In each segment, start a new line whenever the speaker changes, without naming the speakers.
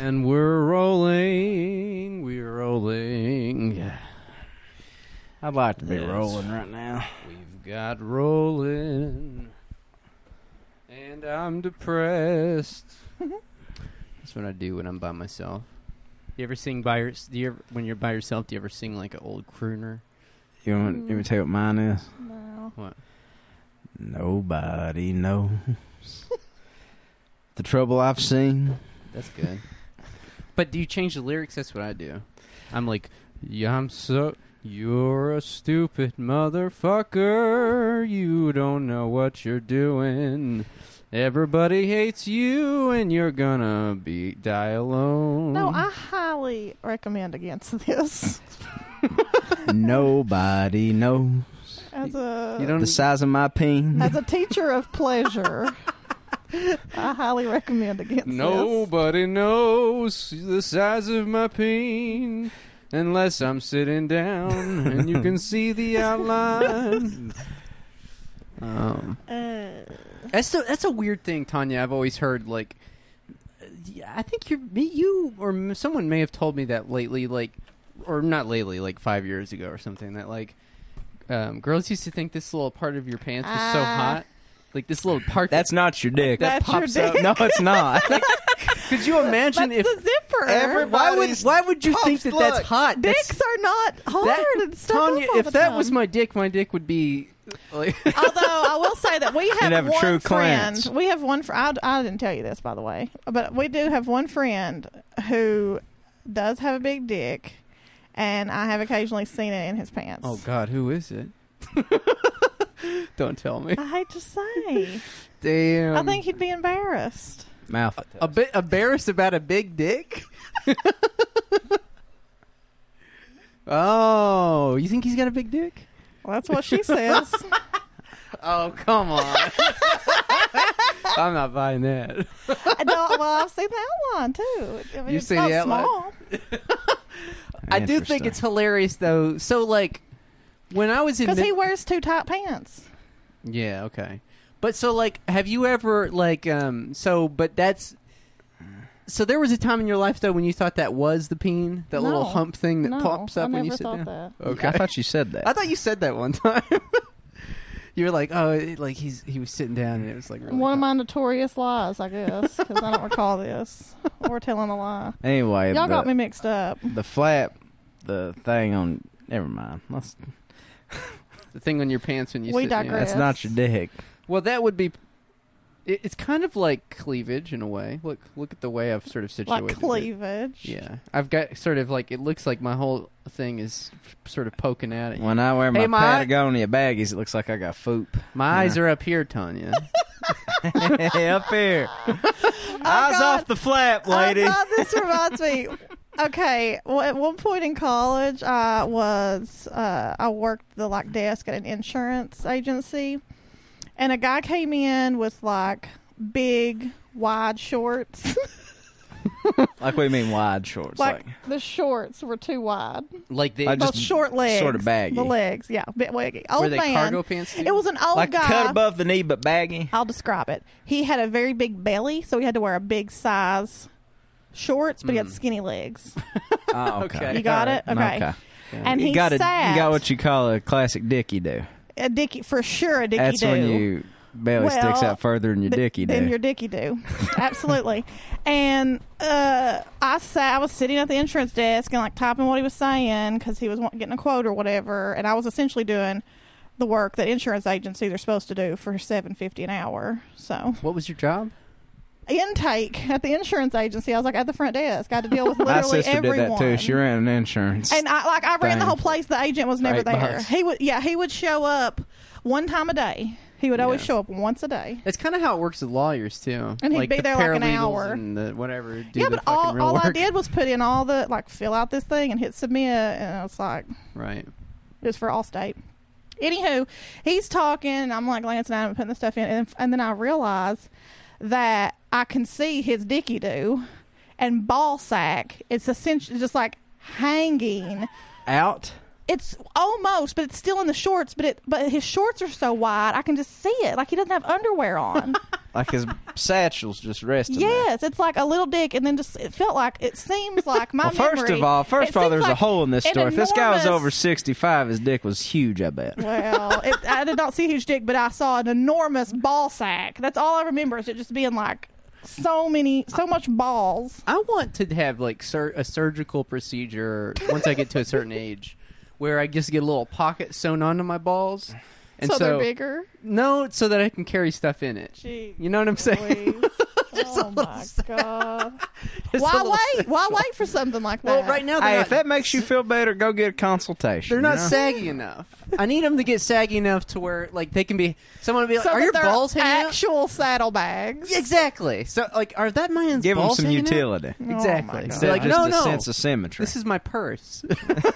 And we're rolling. We're rolling.
I'd like to be
Yes.
rolling right now.
We've got rolling. And I'm depressed. That's what I do when I'm by myself. You ever sing by your, do you ever, when you're by yourself? Do you ever sing like an old crooner?
You want, you want me to tell you what mine is?
No.
Nobody knows the trouble I've seen.
That's good. but do you change the lyrics? That's what I do. I'm like, yeah, I'm so. You're a stupid motherfucker. You don't know what you're doing. Everybody hates you, and you're gonna be die alone.
No, I highly recommend against this.
Nobody knows
As a
you don't.
the size of my peen.
as a teacher of pleasure, I highly recommend against this.
Nobody knows the size of my pain unless I'm sitting down and you can see the outline. Um,
Uh,
that's a, that's a weird thing, Tanya. I've always heard like, uh, I think you me you or m- someone may have told me that lately, like, or not lately, like five years ago or something. That like, um, girls used to think this little part of your pants was so
Ah.
hot, like this little part
That's not your dick.
that
That's your
pops up.
dick.
no, it's not.
Could you imagine
that's
if
the zipper.
Every-
why would
Everybody's
why would you
puffed
think that
look.
that's hot? That's-
Dicks are not hard and stuck
Tanya,
up all
if
the
that
time.
was my dick, my dick would be like
Although I will say that we have,
have a
one
true
friend.
cleanse.
We have one. Fr- I, I didn't tell you this, by the way, but we do have one friend who does have a big dick, and I have occasionally seen it in his pants.
Oh god, who is it? Don't tell me.
I hate to say.
Damn.
I think he'd be embarrassed.
Mouth.
a bit embarrassed about a big dick. oh, you think he's got a big dick?
Well, that's what she says.
Oh, come on. I'm not buying that.
I don't- well, I've seen the outline too. I mean,
You've
it's
seen
not
the outline?
small.
I do think
Interesting.
it's hilarious though. So like when I was in
because
mid-
he wears two tight pants.
Yeah, okay. But so like have you ever like um so but that's so there was a time in your life though when you thought that was the peen, that little
No.
hump thing that
no,
pops
I
up when
never
you sit
thought
down.
that.
Okay.
I thought you said
I
that.
thought you said that one time. you were like, "Oh, it, like he's he was sitting down and it was like really
One of
hot.
my notorious lies, I guess, because I don't recall this or telling a lie.
Anyway,
Y'all got
the,
me mixed up.
the flap, the thing on. Never mind. That's,
the thing on your pants when you
We
sit down.
digress.
that's not your dick.
Well, that would be it, it's kind of like cleavage in a way. Look look at the way I've sort of situated
Like
it.
cleavage.
Yeah, I've got sort of like it looks like my whole thing is sort of poking out at you.
When I wear my,
Hey, my-
Patagonia baggies, it looks like I got foop.
My eyes are up here, Tanya.
hey, up here. Eyes
God.
off the flap,
Oh,
lady.
God, this reminds me. Okay, well, at one point in college, I was uh, I worked the like desk at an insurance agency, and a guy came in with like big wide shorts.
Like we mean wide shorts. Like,
like, the shorts were too wide.
like the
I
Both
just
short legs,
sorta baggy.
The legs, yeah, bit wiggy. Old
were they
man.
cargo pants? Too?
It was an old
like
guy.
cut above the knee but baggy.
I'll describe it. He had a very big belly, so he had to wear a big size shorts, but he had
Mm.
skinny legs.
Oh,
Okay.
You got
All
it? Okay. And
you
he
got a-
sat
you got what you call a classic dicky do.
a dicky for sure a dicky
That's
do.
when you belly sticks
Well,
out further than your
Th-
dicky
Then
do.
your dicky do. Absolutely. And uh, I sat, I was sitting at the insurance desk and like typing what he was saying because he was want- getting a quote or whatever. And I was essentially doing the work that insurance agencies are supposed to do for seven fifty an hour. So
What was your job?
intake at the insurance agency, I was like at the front desk. I had to deal with
My
literally
sister
everyone.
did that too. She ran an insurance.
And I like I ran the
Dang.
whole place. The agent was never
Eight
there.
bucks.
He would yeah, he would show up one time a day. He would always
Yeah.
show up once a day.
That's kind of how it works with lawyers too.
And he'd
like
be
the
there like an
paralegals
hour.
and the whatever. Do
yeah,
the
but
fucking
all,
real
all
work.
I did was put in all the like fill out this thing and hit submit, and it's like
right.
it was for Allstate. Anywho, he's talking, and I'm like glancing at him and putting the stuff in, and, and then I realize that I can see his dicky do and ball sack. It's essentially just like hanging.
out.
It's almost, but it's still in the shorts. But it, but his shorts are so wide, I can just see it. Like he doesn't have underwear on.
like his satchel's just resting. there.
Yes, it's like a little dick, and then just it felt like it seems like my
Well, first
memory-
of all, first
it
of all,
seems
there's a
like
hole in this
an
story. If this guy was
enormous-
over 65, his dick was huge. I bet.
Well, it, I did not see huge dick, but I saw an enormous ball sack. That's all I remember is it just being like so many, so much balls.
I want to have like sur- a surgical procedure once I get to a certain age, where I just get a little pocket sewn onto my balls, and
so,
so,
they're bigger.
no, so that I can carry stuff in it.
Gee,
You know what I'm saying?
Louise. oh my god!
It's a
Why
little
wait?
sad.
Why wait for something like that?
Well, right now they're
Hey,
not,
if that makes you feel better, go get a consultation.
they're not
you know?
saggy enough. I need them to get saggy enough to where like they can be. Someone would be like,
So
"Are
that
your
they're
balls hanging out?"
actual saddlebags?
Yeah, Exactly. So like, are that my
Give them
balls
some
hanging out?
utility.
my
Exactly.
God.
So
Instead of
like,
just
no,
a
no,
sense of symmetry.
this is my purse.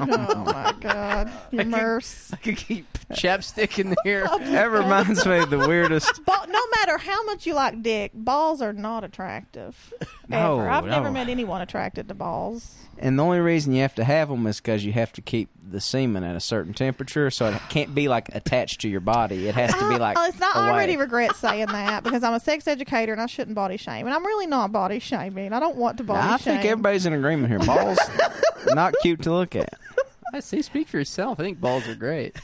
Oh my god! Your merce.
I could keep chapstick in there.
that reminds me of the weirdest.
Ball, no matter how much you like dick, balls are not attractive.
No,
Ever. I've never
no.
met anyone attracted to balls.
And the only reason you have to have them is because you have to keep the semen at a certain temperature, so it can't be like attached to your body. It has to be like.
oh, it's not. I
away.
already regret saying that because I'm a sex educator and I shouldn't body shame, and I'm really not body shaming. I don't want to body
Nah, I
shame.
think everybody's in agreement here. Balls, not cute to look at.
I say, speak for yourself. I think balls are great.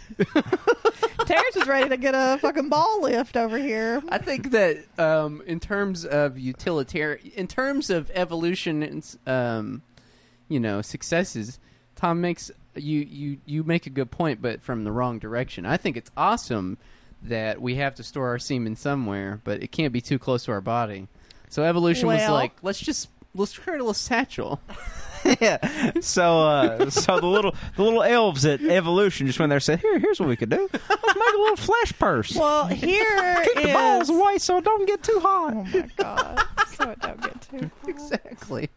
Terrence is ready to get a fucking ball lift over here.
I think that um, in terms of utilitarian, in terms of evolution, and um, you know, successes, Tom makes you you you make a good point, but from the wrong direction. I think it's awesome that we have to store our semen somewhere, but it can't be too close to our body. So evolution was
Well-
like, let's just let's create a little satchel.
yeah. So, uh, so the little the little elves at evolution just went there and said, "Here, here's what we could do. Let's make a little flesh purse.
Well, here
Keep the balls
is-
away so it don't get too
Oh
hot."
my god! so it don't get too.
exactly.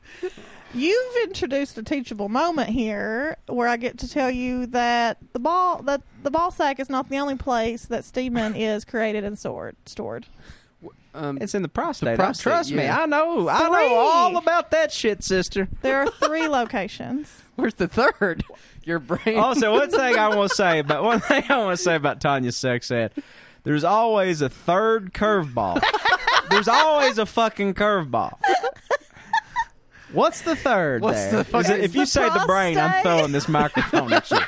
You've introduced a teachable moment here, where I get to tell you that the ball that the ball sack is not the only place that semen is created and stored. Stored.
Um,
It's in the prostate.
prostate,
Trust me,
yeah.
I know. I know
Three.
all about that shit, sister.
There are three locations.
where's the third? Your brain.
Also, one thing I want to say about one thing I want to say about Tanya's sex ed. There's always a third curveball. There's always a fucking curveball. What's the third?
What's
there?
the
Is
fuck-
it- if
It's
you
the
say the brain, I'm
prostate.
throwing this microphone at you.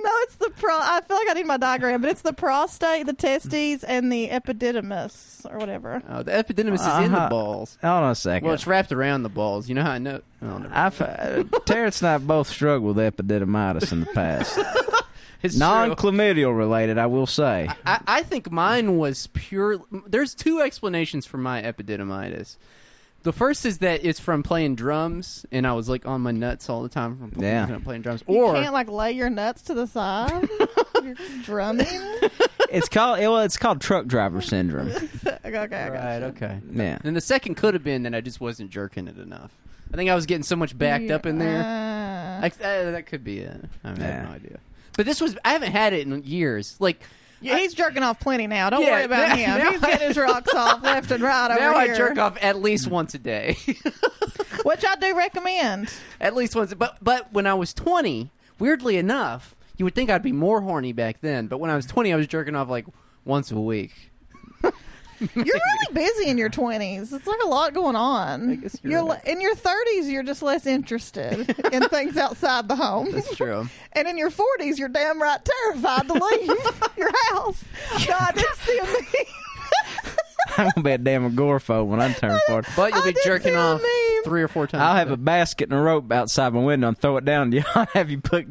No, it's the pro. I feel like I need my diagram, but it's the prostate, the testes, and the epididymis or whatever.
Oh, the epididymis is in the
Uh-huh.
balls.
Hold on a second.
Well, it's wrapped around the balls. You know how I know? Oh, never mind.
I've, uh, Terrence and I both struggled with epididymitis in the past.
It's true.
Non-chlamydial related, I will say.
I, I think mine was pure. There's two explanations for my epididymitis. The first is that it's from playing drums, and I was like on my nuts all the time from playing,
Yeah.
playing drums.
You
Or
can't like lay your nuts to the side. You're drumming.
It's called well, it's called truck driver syndrome.
okay, okay, okay.
right, okay.
Yeah.
And the second could have been that I just wasn't jerking it enough. I think I was getting so much backed up in there.
Yeah.
I, uh, that could be it. I, mean, I have
Yeah.
no idea. But this was I haven't had it in years. Like
Yeah, he's jerking off plenty now. Don't
Yeah,
worry about
now-
him.
now
he's getting his rocks off left and right over
now I
here,
jerk off at least once a day.
which I do recommend.
At least once. But but when I was twenty, weirdly enough, you would think I'd be more horny back then. But when I was twenty, I was jerking off like once a week.
You're really busy in your twenties. It's like a lot going on.
guess you're
you're
right.
le- in your thirties. You're just less interested in things outside the home.
That's true.
And in your forties, you're damn right terrified to leave your house. God, that's see me.
I'm gonna be a damn agoraphobe when I turn forty.
But you'll
I
be
did
jerking
see a
off
meme.
three or four times.
I'll have a basket and a rope outside my window and throw it down to you. I'll have you put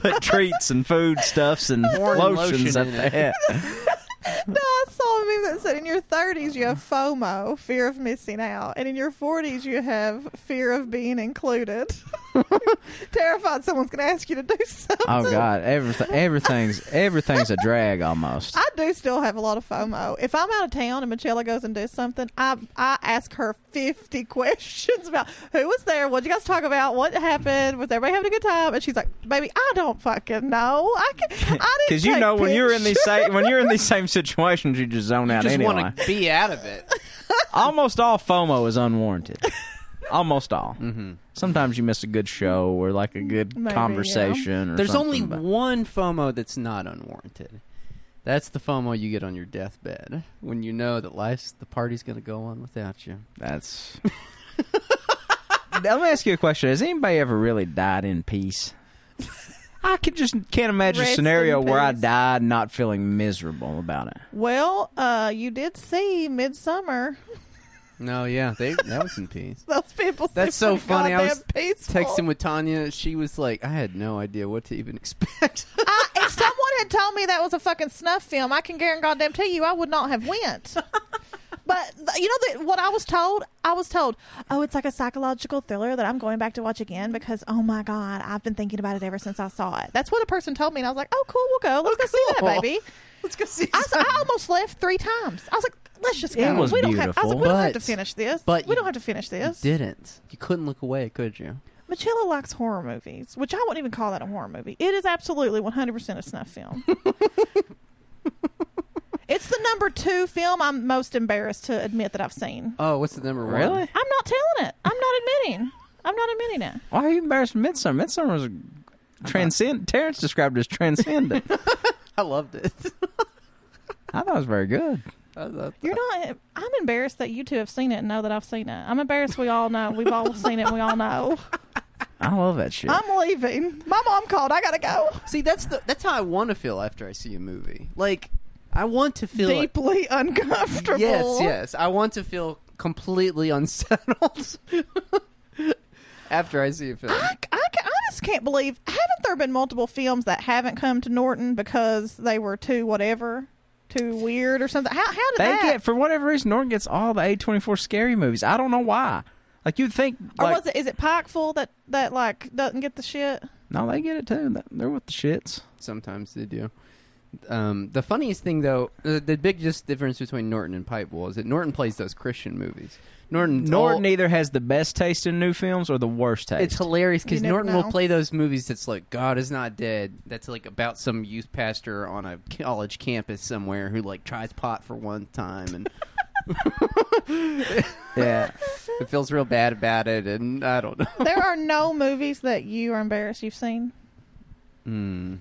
put treats and foodstuffs and
Horn and
lotions
lotion
up
in
there.
No, I saw a meme that said in your 30s you have FOMO, fear of missing out, and in your 40s you have fear of being included. Terrified someone's going to ask you to do something.
Oh God, everything everything's everything's a drag almost.
I do still have a lot of FOMO. If I'm out of town and Michelle goes and does something, I I ask her 50 questions about who was there, what you guys talk about, what happened, was everybody having a good time? And she's like, "Baby, I don't fucking know. I can I didn't
Because you
take
know when you're in these
pictures."
same when you're in these same situations, you just zone out
just
anyway.
want to be out of it.
Almost all FOMO is unwarranted. Almost all. Mm-hmm. Sometimes you miss a good show or like a good
Maybe, yeah.
conversation. Or
There's
something,
only
but-
one FOMO that's not unwarranted, That's the FOMO you get on your deathbed when you know that life's the party's going to go on without you.
That's. Let me ask you a question: Has anybody ever really died in peace? I could just can't imagine
Rest
a scenario
in
where I
peace.
died not feeling miserable about it.
Well, uh, you did see Midsummer.
No, yeah, they that was in peace.
Those people.
That's so
seem
funny. I
goddamn
was
peaceful.
Texting with Tanya, she was like, I had no idea what to even expect.
I, Uh, if someone had told me that was a fucking snuff film, I can guarantee goddamn tell you I would not have went. But th- you know that what I was told, I was told, oh, it's like a psychological thriller that I'm going back to watch again because oh my god, I've been thinking about it ever since I saw it. That's what a person told me, and I was like, oh cool, we'll go, let's go see
cool.
that baby.
Let's go see.
I, was- I almost left three times. I was like, let's just go.
It was
we don't have. I was like, we
beautiful.
don't have to
But-
finish this.
but
we
you
don't have to finish this.
didn't. You couldn't look away, could you?
Michela likes horror movies, which I wouldn't even call that a horror movie. It is absolutely 100% a snuff film. it's the number two film I'm most embarrassed to admit that I've seen.
Oh, what's the number one?
Really?
I'm not telling it. I'm not admitting. I'm not admitting it.
Why are you embarrassed? of Midsummer. Midsummer was transcend. Terrence described it as transcendent.
I loved it.
I thought it was very good.
I thought-
You're not. I'm embarrassed that you two have seen it and know that I've seen it. I'm embarrassed. We all know. We've all seen it. We all know.
I love that shit.
I'm leaving. My mom called. I gotta go.
See, that's the that's how I want to feel after I see a movie. Like, I want to feel like-
Deeply uncomfortable.
Yes, yes. I want to feel completely unsettled after I see a film.
I, I, ca- I just can't believe haven't there been multiple films that haven't come to Norton because they were too whatever, too weird or something? How how did
they
that?
get for whatever reason Norton gets all the A twenty four scary movies. I don't know why. Like you'd think,
or
like,
was it is it Pikeville that that like doesn't get the shit?
no, they get it too. They- They're with the shits.
Sometimes they do. Um, the funniest thing, though, uh, the, the big just difference between Norton and Pipewell is that Norton plays those Christian movies.
Mm,
Norton,
Norton either has the best taste in new films or the worst taste.
It's hilarious because
You never
Norton
know.
will play those movies that's like God is not dead. That's like about some youth pastor on a college campus somewhere who like tries pot for one time and
yeah,
feels real bad about it. And I don't know.
there are no movies that you are embarrassed you've seen.
no.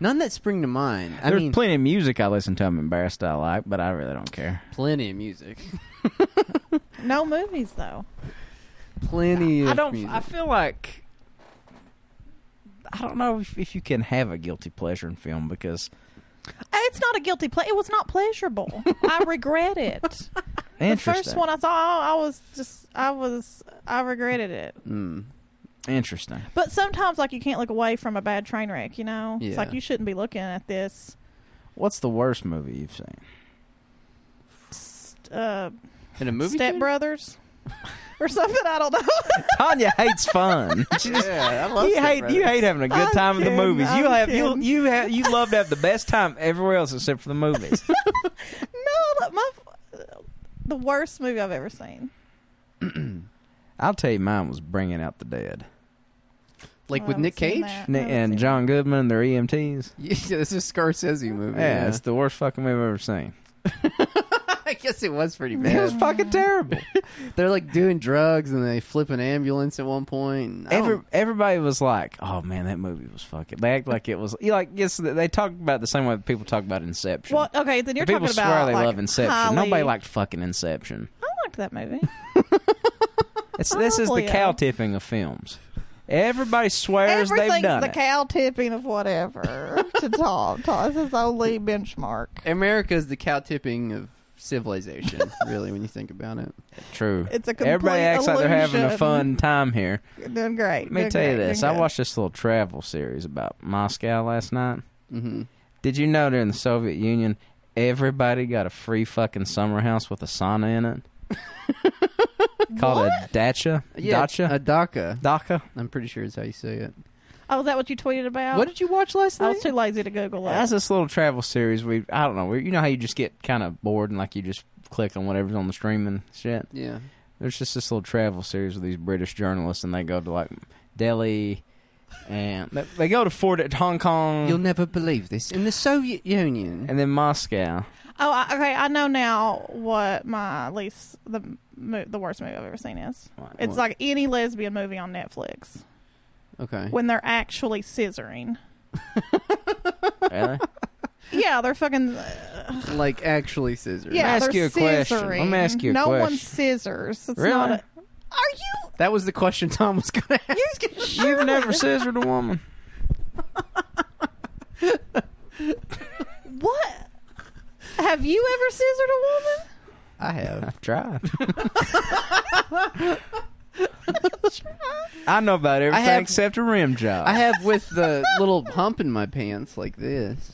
None that spring to mind. I
Hmm. There's
mean,
plenty of music I listen to. I'm embarrassed I like, but I really don't care.
plenty of music.
No movies though.
plenty. Of
I don't.
Music.
I feel like I don't know if, if you can have a guilty pleasure in film because
It's not a guilty ple It was not pleasurable. I regret it. The
interesting.
first one I saw, I, I was just, I was, I regretted it.
Mm.
Interesting.
But sometimes, like, you can't look away from a bad train wreck, you know? It's
Yeah.
like you shouldn't be looking at this.
What's the worst movie you've seen?
st- Uh,
In a movie.
Step
theater?
Brothers or something. I don't know.
Tanya hates fun. She just-
Yeah, I love
you
Step
hate you
Brothers.
hate having a good
I'm
time at the
kidding,
movies. you
I'm
have you
kidding.
you have you love to have the best time everywhere else except for the movies.
no, like, my the worst movie I've ever seen.
I'll tell you, mine was Bringing Out the Dead.
Like
Well,
with
I
Nick
haven't seen
Cage.
that.
Nick
I haven't
and
seen
John Goodman, they're EMTs.
Yeah, this is Scorsese movie.
Yeah, it's the worst fucking movie I've ever seen.
I guess it was pretty
It was
bad.
fucking terrible.
They're like doing drugs and they flip an ambulance at one point. I don't-
Every, everybody was like, "Oh man, that movie was fucking." They act like it was. You know, like yes, they talk about it the same way people talk about Inception.
Well, okay, then you're
people
talking
swear
about
they
like,
love Inception.
highly-
Nobody liked fucking Inception.
I liked that movie.
It's, this is the
Probably,
cow
yeah.
tipping of films. Everybody swears they've
Everything's
done
the
it.
cow tipping of whatever to Tom. Tom this is only "Oh, benchmark.
America is the cow tipping of civilization, really, when you think about it.
True.
It's a complete
Everybody acts like they're having a
illusion.
fun time here.
You're doing great.
Let me
doing
tell you
great,
this:
doing
I
good.
watched this little travel series about Moscow last night.
hmm
Did you know during the Soviet Union, everybody got a free fucking summer house with a sauna in it? Called a dacha. dacha.
A DACA.
dacha.
I'm pretty sure is how you say it.
Oh, is that what you tweeted about?
What did you watch last
I
night?
was too lazy to Google it.
That's this little travel series. We I don't know. We, you know how you just get kind of bored and like you just click on whatever's on the stream and shit.
yeah.
There's just this little travel series with these British journalists, and they go to like Delhi, and they, they go to Fort Hong Kong,
Mm. You'll never believe this. In the Soviet Union.
and then Moscow.
Oh, I, okay. I know now what my least the mo- the worst movie I've ever seen is. It's
What?
like any lesbian movie on Netflix
Okay.
Eh?
when they're actually scissoring.
Really?
yeah, they're fucking. uh,
like actually scissors.
yeah,
ask
they're
you a question.
scissoring.
Let me ask you a
no one
question.
scissors. It's
Really?
not. A, are
That was the question Tom was going to ask.
you? You
You've never scissored a woman.
what? Have you ever scissored a woman?
I have.
I've tried. I know about everything
have-
except a rim job.
I have with the little hump in my pants like this.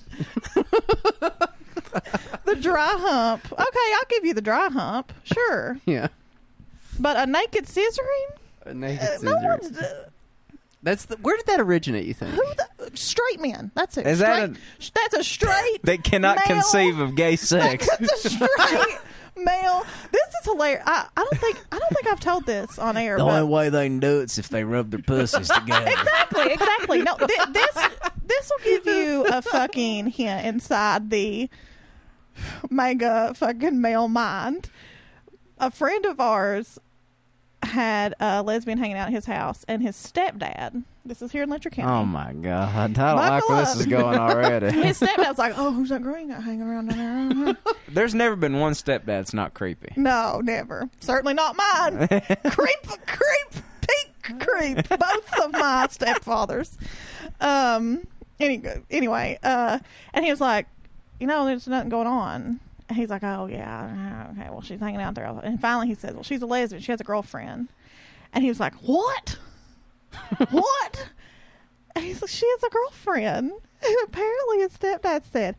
The dry hump. Okay, I'll give you the dry hump. Sure,
Yeah.
but a naked scissoring?
A naked
Uh, no
scissor.
one's. Uh,
That's the, where did that originate? You think?
who the, straight man. That's it.
Is
straight,
that
That's a straight.
They cannot
male.
conceive of gay sex.
That's a straight male. This is hilarious. I, I don't think I don't think I've told this on air. but
way they can do it's if they rub their pussies together.
exactly, exactly. No, th- this this will give you a fucking hint inside the mega fucking male mind. A friend of ours had a lesbian hanging out at his house, and his stepdad. This is here in Letcher
Oh
County.
my god! I don't like
Buckle
where this
up.
is going already.
His stepdad was like, "Oh, who's that green guy hanging around down there?" I don't know."
There's never been one stepdad that's not creepy.
No, never. Certainly not mine. creep, creep, pink creep. Both of my stepfathers. Um. Any, anyway, uh, and he was like, you know, there's nothing going on. And he's like, oh yeah, okay. Well, she's hanging out there. And finally, he says, well, she's a lesbian. She has a girlfriend. And he was like, what? what? And he's like, she has a girlfriend. And apparently, his stepdad said,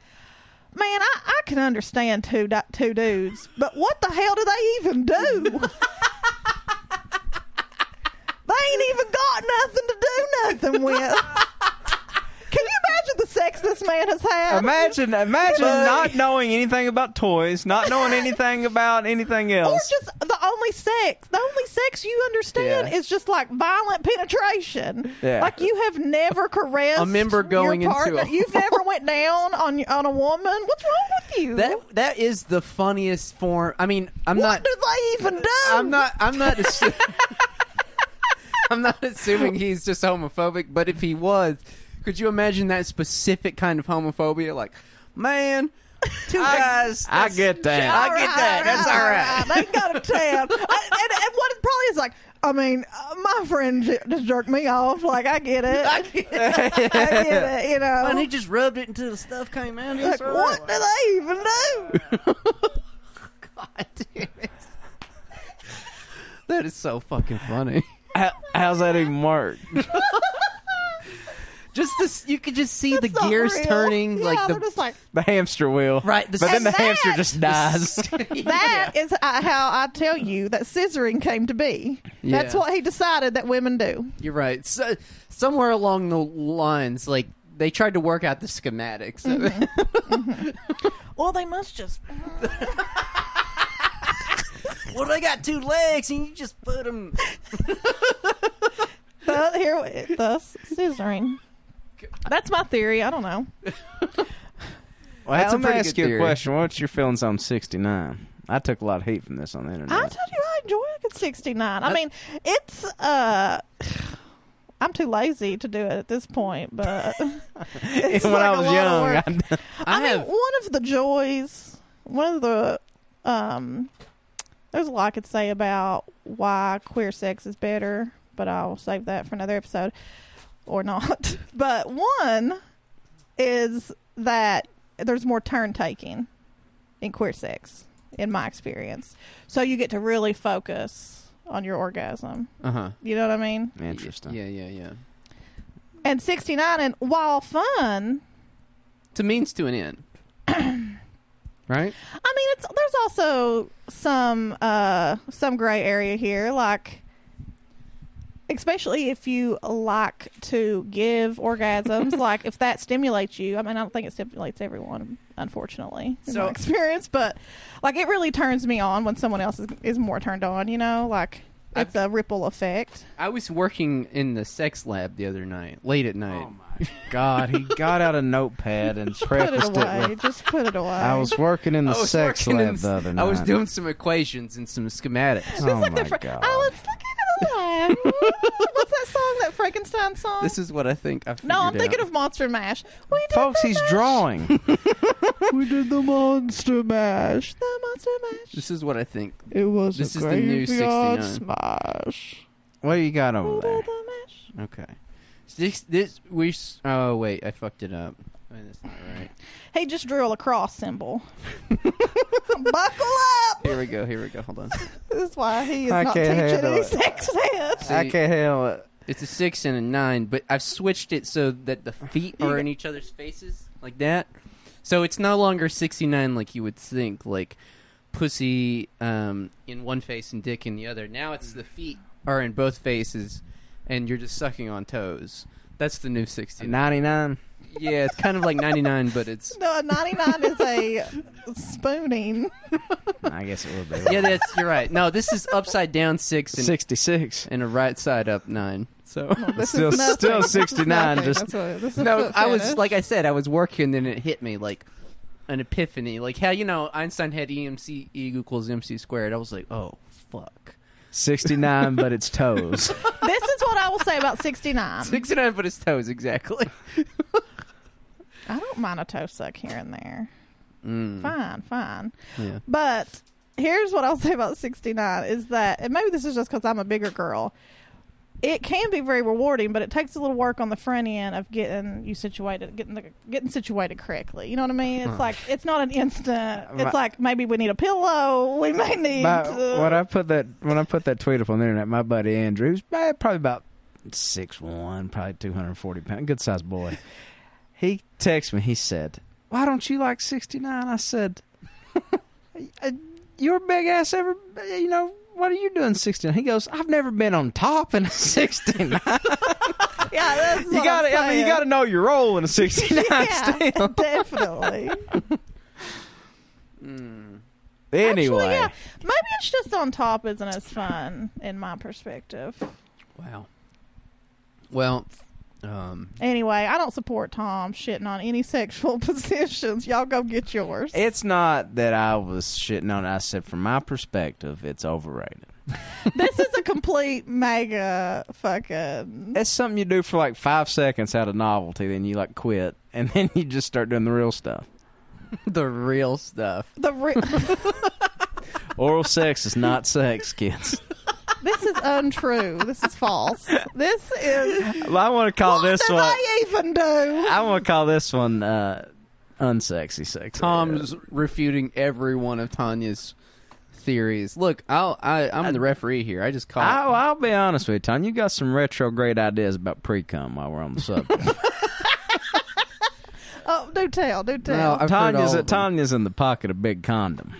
Man, I, I can understand two du- two dudes, but what the hell do they even do? they ain't even got nothing to do nothing with. Can you imagine the sex this man has had?
Imagine, imagine
But-
not knowing anything about toys, not knowing anything about anything
Or
else.
just the only sex, the only sex you understand
Yeah.
is just like violent penetration.
Yeah.
Like you have never caressed
A member
your
going into
partner.
a-
You've never went down on on a woman. What's wrong with you?
That that is the funniest form. I mean, I'm not.
what do they even do?
I'm not. I'm not. Assu- I'm not assuming he's just homophobic. But if he was, could you imagine that specific kind of homophobia? Like, man, two guys.
I get that.
I get that. That's all right.
They got a tab. I- and, and what it probably is like, I mean, uh, my friend j- just jerked me off. Like, I get it. I get it. you know.
And he just rubbed it until the stuff came out. He's
like, what do they even do?
God damn it. That is so fucking funny.
How, how's that even work?
Just this, you could just see the
It's not
gears
real.
turning,
Yeah,
like
they're
the
just like,
The hamster wheel,
Right, the
but then
And
the
that-
hamster just dies.
That is uh, how I tell you that scissoring came to be. That's
Yeah.
what he decided that women do.
You're right. So, somewhere along the lines, like they tried to work out the schematics. Of it.
Well, they must just.
Mm-hmm. well, they got two legs, and you just put them.
Th- here, thus scissoring. That's my theory. I don't know.
Well,
That's a
let me
pretty
ask
good
you
theory.
a question. What's your feelings on 69? I took a lot of heat from this on the internet.
I told you I enjoy a good 69. I mean, it's. uh I'm too lazy to do it at this point, but it's
when
like
I
a
was
lot of
young,
work.
I,
I,
I, mean,
have.
one of the joys, one of the, um, there's a lot I could say about why queer sex is better, but I'll save that for another episode or not. But one is that there's more turn taking in queer sex, in my experience. So you get to really focus on your orgasm.
Uh huh.
You know what I mean?
interesting.
Yeah, yeah, yeah.
And 69, and while fun,
To means to an end. right.
I mean, it's there's also some uh some gray area here, like especially if you like to give orgasms, like if that stimulates you. I mean, I don't think it stimulates everyone, unfortunately, in
So-
my experience, but like it really turns me on when someone else is, is more turned on. You know, like it's a ripple effect.
I was working in the sex lab the other night, late at night.
Oh my god, he got out a notepad and
Put it
prefaced it,
away.
with,
Just put it away.
"I was working in the
I was
sex
working in
lab
s-
the other night."
I was doing some equations and some schematics.
It's
Oh
like
my
the fr-
god!
oh, it's looking at time. What's that song? That Frankenstein song?
This is what I think. I've
no, I'm thinking of Monster Mash. We did
Folks,
the
he's
mash,
drawing.
We did the Monster Mash.
The Monster Mash.
This is what I think.
It was
This
a
is the new
graveyard
69.
smash.
What do you got over Oh,
We
there?
did the mash.
Okay. This, this we. s- Oh wait, I fucked it up. I mean, that's not right.
He just drew a lacrosse symbol. Buckle up.
Here we go. Here we go. Hold on.
This is why he is
I
not
can't
teaching
handle
any
it.
sex ed.
See,
handle it.
It's a six and a nine, but I've switched it so that the feet are in each other's faces like that. So it's no longer sixty nine like you would think, like pussy um, in one face and dick in the other. Now it's the feet are in both faces, and you're just sucking on toes. That's the new sixty nine.
99.
Yeah, it's kind of like ninety nine, but it's
No, a 99 is a spooning.
I guess it would be.
yeah. That's you're right. No, this is upside down six and,
66.
and a right side up nine. So
This
Still-
is nothing.
still
This is
69,
nothing.
just-
That's what- this is a
No,
foot
I was
fetish.
like I said, I was working, and it hit me like an epiphany. Like how you know Einstein had EMC E equals MC squared. I was like, oh fuck,
69, but it's toes.
this is what I will say about 69.
sixty nine foot his toes exactly.
I don't mind a toe suck here and there.
Mm,
Hmm.
Fine, fine.
yeah.
But here's what I'll say about 69 is that, and maybe this is just because I'm a bigger girl, it can be very rewarding, but it takes a little work on the front end of getting you situated, getting the, getting situated correctly. You know what I mean?
Hmm.
It's like it's not an instant.
My-
It's like maybe we need a pillow. We may need.
My,
to-
when I put that when I put that tweet up on the internet, my buddy Andrew, who's about- probably about six one, probably two hundred forty pound, good sized boy. He texted me. He said, "Why don't you like sixty nine? I said, "Uh, "You're a big ass. Ever you know what are you doing sixty nine? He goes, "I've never been on top in a sixty nine.
yeah, that's
you got to I mean, you got to know your role in a sixty nine.
Yeah, definitely.
Mm.
Anyway,
Actually, yeah, maybe it's just on top isn't as fun in my perspective.
Wow. Well, um,
Anyway, I don't support Tom shitting on any sexual positions. Y'all go get yours.
it's not that I was shitting on. it. I said from my perspective, it's overrated.
this is a complete mega fucking.
That's something you do for like five seconds out of novelty, then you like quit, and then you just start doing the real stuff.
the real stuff.
The re-
Oral sex is not sex, kids.
this is untrue. This is false. This is
Well, I want to call
what
this
did
one.
I even do?
I want to call this one uh, unsexy sex.
Tom's refuting every one of Tanya's theories. Look, I'll, I I'm the referee here. I just call.
I, I'll be honest with you, Tom. You got some retrograde ideas about pre cum while we're on the subject.
Oh, do tell, do tell.
No, I've heard all
Tanya's,
of them.
Tanya's in the pocket of big condom.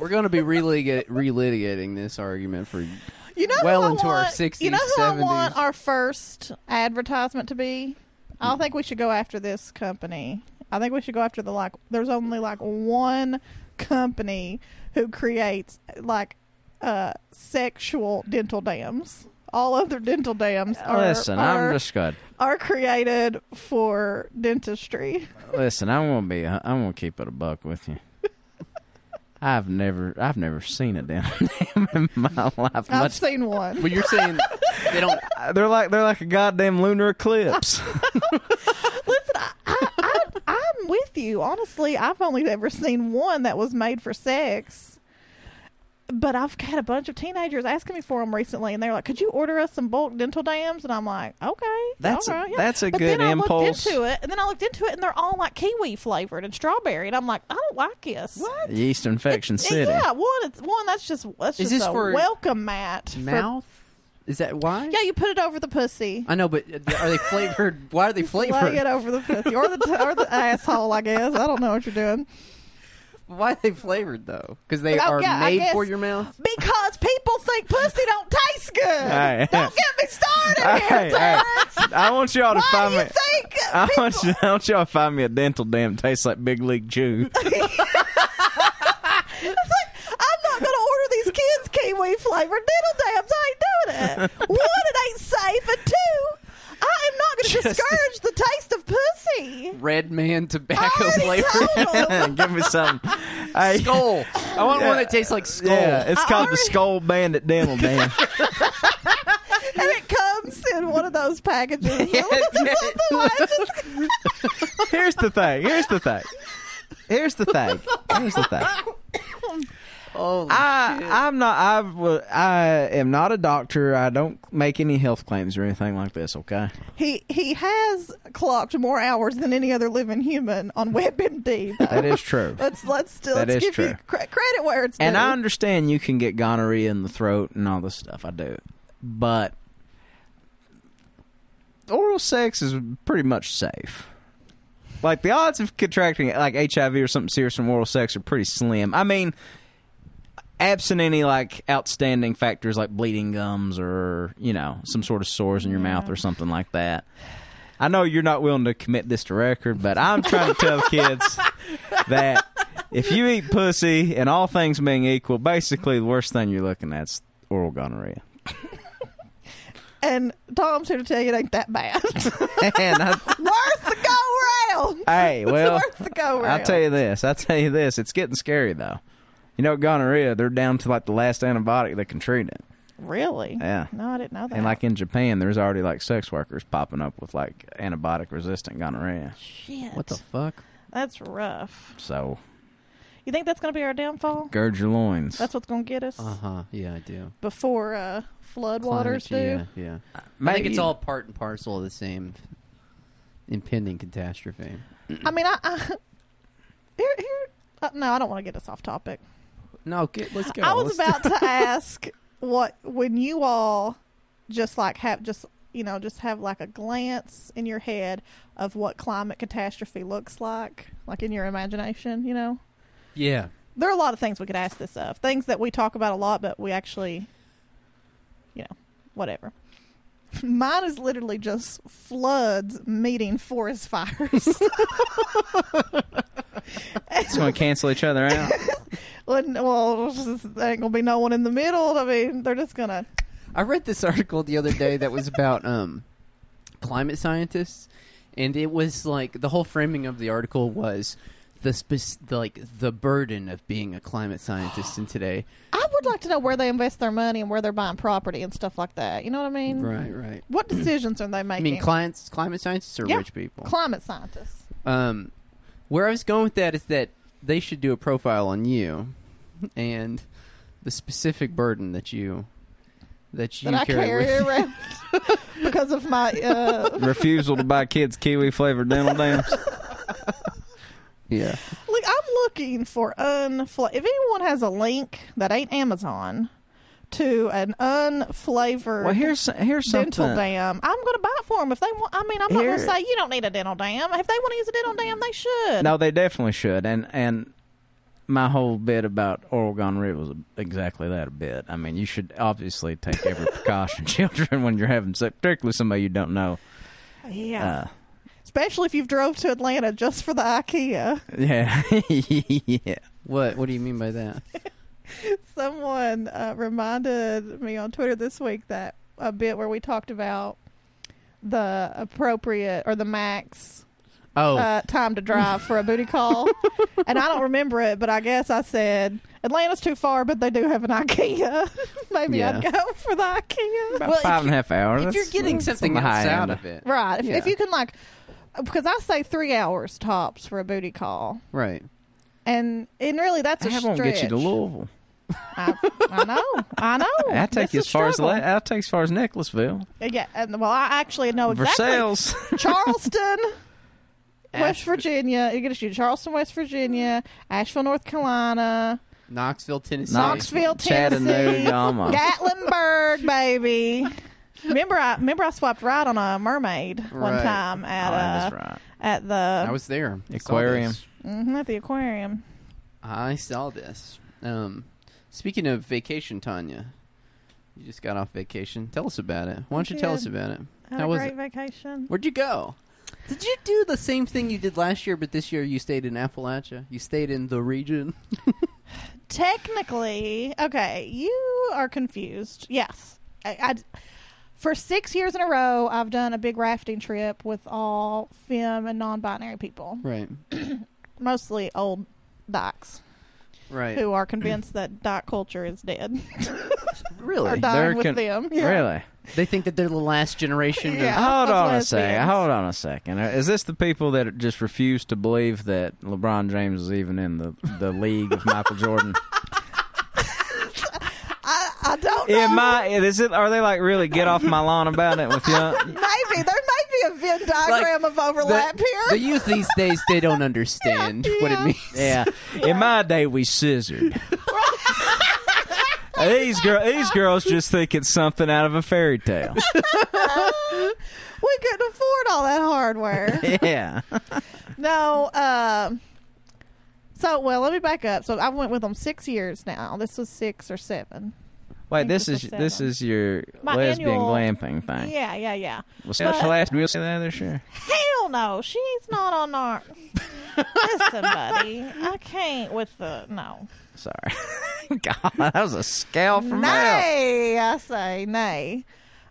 We're going to be relitig- relitigating this argument for
You know,
well
who I
into our
want-
60s,
You know who I
70s.
want our first advertisement to be? I don't think we should go after this company. I think we should go after the like. There's only like one company who creates like uh sexual dental dams. All other dental dams are
listen,
are,
I'm just good.
are created for dentistry.
Listen, I'm gonna be. I'm gonna keep it a buck with you. I've never, I've never seen a dental dam in my life.
I've
Much
seen one.
But you're saying they don't.
Uh, They're like they're like a goddamn lunar eclipse.
Listen, I, I, I, I'm with you. Honestly, I've only ever seen one that was made for sex. But I've had a bunch of teenagers asking me for them recently, and they're like, "Could you order us some bulk dental dams?" And I'm like, "Okay,
That's
all right, yeah."
that's a
But
good
then I
impulse.
looked into it, and then I looked into it, and they're all like kiwi flavored and strawberry, and I'm like, "I don't like this." What?
Yeast infection city.
Yeah, one. It's one. That's just that's
Is
just
this
a
for
welcome mat. for-
mouth? Is that why?
yeah, you put it over the pussy.
I know, but are they flavored? Why are they
Lay it
flavored?
over the pussy or the t- or the asshole. I guess I don't know what you're doing.
Why are they flavored though? Because they
Oh,
are
yeah, I
made
guess-
for your mouth.
Because people think pussy don't taste good.
Hey.
Don't get me started
Hey,
here,
hey.
Terrence.
I want y'all to
Why
find
do you
me.
think
I
people-
want, you, I want y'all to find me a dental dam that tastes like Big League Chew.
I'm not going to order these kids kiwi flavored dental dams. I ain't doing it. One, it ain't safe, and two, I am not going to discourage the taste of pussy.
Red man
I
tobacco
already
flavored
told 'em.
Give me something. Hey,
skull. I want
Yeah.
one that tastes like skull.
Yeah, it's
I
called the
already-
Skull Bandit Dental Dam.
in one of those packages.
Here's the thing. Here's the thing. Here's the thing. Here's the thing.
Oh,
I I'm not I wa- I am not a doctor. I don't make any health claims or anything like this. Okay.
he he has clocked more hours than any other living human on WebMD. Though.
That is true.
Let's let's still
That
let's
is
give you
true.
cre- credit where it's
and
due.
I understand you can get gonorrhea in the throat and all this stuff. I do, but oral sex is pretty much safe. Like the odds of contracting like HIV or something serious from oral sex are pretty slim. I mean, absent any like outstanding factors like bleeding gums or you know some sort of sores in your mouth
Yeah.
or something like that. I know you're not willing to commit this to record, but I'm trying to tell kids that if you eat pussy and all things being equal, basically the worst thing you're looking at is oral gonorrhea.
and Tom's here to tell you it ain't that bad.
and I,
worth the go round.
hey, well,
it's worth the go round.
I'll tell you this. I'll tell you this. It's getting scary though. You know, gonorrhea, they're down to like the last antibiotic that can treat it.
Really?
Yeah.
No, I didn't know that.
And like in Japan, there's already like sex workers popping up with like antibiotic resistant gonorrhea.
shit.
what the fuck?
That's rough.
So
You think that's gonna be our downfall?
gird your loins.
That's what's gonna get us
Uh-huh.
Uh huh. Yeah, I do.
before uh, flood waters do.
Climate- Yeah, yeah. I think it's all part and parcel of the same impending catastrophe.
I mean, I, I here, here. Uh, no, I don't want to get us off topic.
No, get, let's go.
I
Let's
was about to ask what when you all just like have just you know just have like a glance in your head of what climate catastrophe looks like, like in your imagination. You know,
Yeah.
there are a lot of things we could ask this of, things that we talk about a lot, but we actually, you know, whatever. Mine is literally just floods meeting forest fires.
It's going to cancel each other out.
Well, n- well, there ain't gonna be no one in the middle. I mean, they're just gonna.
I read this article the other day that was about um, climate scientists, and it was like the whole framing of the article was the spec- the, like the burden of being a climate scientist in today.
I would like to know where they invest their money and where they're buying property and stuff like that. You know what I mean?
Right, right.
What decisions are they
I
making?
mean, clients, climate scientists are
Yeah.
rich people.
Climate scientists.
Um, where I was going with that is that they should do a profile on you and the specific burden that you that you
that I
carry,
carry
with
around because of my. Uh,
Refusal to buy kids kiwi flavored dental dams.
Yeah.
look, I'm looking for unfla. If anyone has a link that ain't Amazon to an unflavored.
Well, here's here's
Dental
something.
dam. I'm going to buy it for them if they want. I mean, I'm not going
Here-
to say you don't need a dental dam. If they want to use a dental dam, they should.
No, they definitely should. And and my whole bit about oral gonorrhea was exactly that a bit. I mean, you should obviously take every precaution, children, when you're having sex, particularly somebody you don't know.
Yeah.
Uh,
especially if you've drove to Atlanta just for the IKEA.
yeah, yeah.
What What do you mean by that?
Someone uh, reminded me on Twitter this week that a bit where we talked about the appropriate or the max
Oh,
uh, time to drive for a booty call, and I don't remember it, but I guess I said Atlanta's too far, but they do have an IKEA. Maybe
Yeah.
I'd go for the IKEA.
About
Well, if
five and a half hours.
if you're
That's-
getting
that's on
something
the high
else out
end.
of it,
Right, if, if
Yeah.
you can like, because I say three hours tops for a booty call,
right?
and and really that's a
I
stretch.
won't get you to Louisville.
I, I know. I know.
I'll take
It's
you
a
as far as
struggle.
La- I'll take you as far as Nicholasville,
Yeah, and, well, I actually know Oh, exactly.
Versailles.
Charleston, West
Asheville.
Virginia. You get to shoot Charleston, West Virginia, Asheville, North Carolina,
Knoxville, Tennessee.
Knoxville, Tennessee,
Chattanooga, almost.
Gatlinburg, baby. Remember, I remember I swiped right on a mermaid one
Right.
time
Oh,
at uh,
that's right.
at
I
the
was there. I saw
Aquarium.
this.
mhm, at the aquarium.
I saw this. Um, speaking of vacation, Tanya, you just got off vacation. Tell us about it. Why don't you tell us
did.
about it?
Had
How
a
was
great
it?
vacation.
Where'd you go? Did you do the same thing you did last year, but this year you stayed in Appalachia? You stayed in the region?
Technically, okay, you are confused. Yes. I, I- for six years in a row, I've done a big rafting trip with all femme and non binary people,
Right.
mostly old dykes.
Right.
who are convinced that diet culture is dead. Are
Really?
dying
They're
with
con-
them. Yeah.
Really?
They think that they're the last generation.
Yeah.
Of,
Hold
That's
on a
lesbians.
second. Hold on a second. Uh, Is this the people that just refuse to believe that LeBron James is even in the, the league of Michael Jordan?
I, I don't know.
In my, is it? Are they like really get off my lawn about it with you?
Maybe. There might be a Venn diagram of overlap
the,
here.
the youth these days they don't understand
Yeah,
what
yeah.
it means.
Yeah. In my day, we scissored. these girl, these girls just think it's something out of a fairy tale.
we couldn't afford all that hardware.
Yeah.
No. Um. So well, let me back up. So I went with them six years now. This was six or seven.
Wait,
Think
this is
it's a
this
seven.
is your
My
lesbian
annual-
glamping thing.
Yeah, yeah, yeah.
Was special
But-
last meal that this year?
Hell no, she's not on our. Listen, buddy, I can't with the no.
Sorry. God, that was a scale from hell.
Nay, I say nay.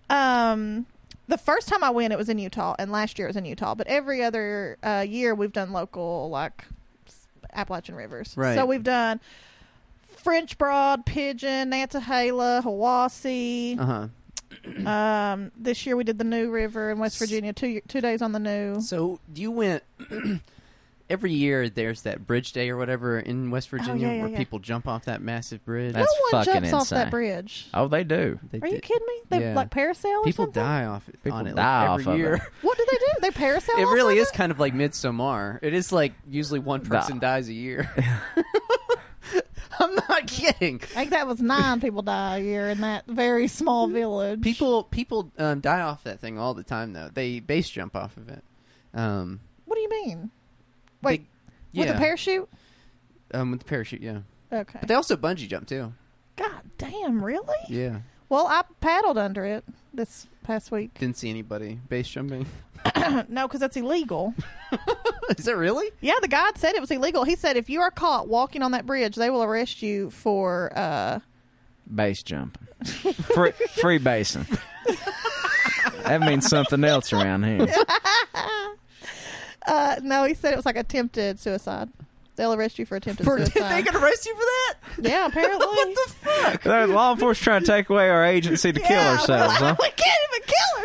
Um, the first time I went, it was in Utah, and last year it was in Utah. But every other uh, year, we've done local like s- Appalachian rivers.
Right.
So we've done French Broad, Pigeon, Nantahala, Hawassee.
Uh huh.
Um, this year we did the New River in West Virginia. Two two days on the New.
So you went every year. There's that bridge day or whatever in West Virginia
Oh, yeah, yeah,
where
yeah.
people jump off that massive bridge.
That's
no one
fucking
jumps off
insane.
that bridge.
Oh, they do.
They
Are you
did-
kidding me? They
Yeah.
like parasail or
People
something?
die off it-
People
on it
die
like, every
off of
year.
it.
What do they do? They parasail.
It
off
really
of
is
it?
kind of like Midsommar. It is like usually one person dies a year. I'm not kidding.
Like that was nine people die a year in that very small village.
Mm-hmm. People people um, die off that thing all the time though. They base jump off of it. Um,
What do you mean? Wait,
they-
with
yeah,
a parachute?
um, with the parachute, yeah.
Okay.
But they also bungee jump too.
God damn, really?
Yeah,
Well, I paddled under it this past week.
didn't see anybody base jumping.
no, because that's illegal.
is it really?
Yeah, the guide said it was illegal. He said if you are caught walking on that bridge, they will arrest you for uh
Base jumping. free, free basin. that means something else around here.
uh no, he said it was like attempted suicide. They'll arrest you for attempted
For, they
suicide.
can arrest you for that?
uh, yeah, apparently.
what the fuck?
They're- Law enforcement trying to take away our agency to kill
Yeah,
ourselves, huh?
We can't even kill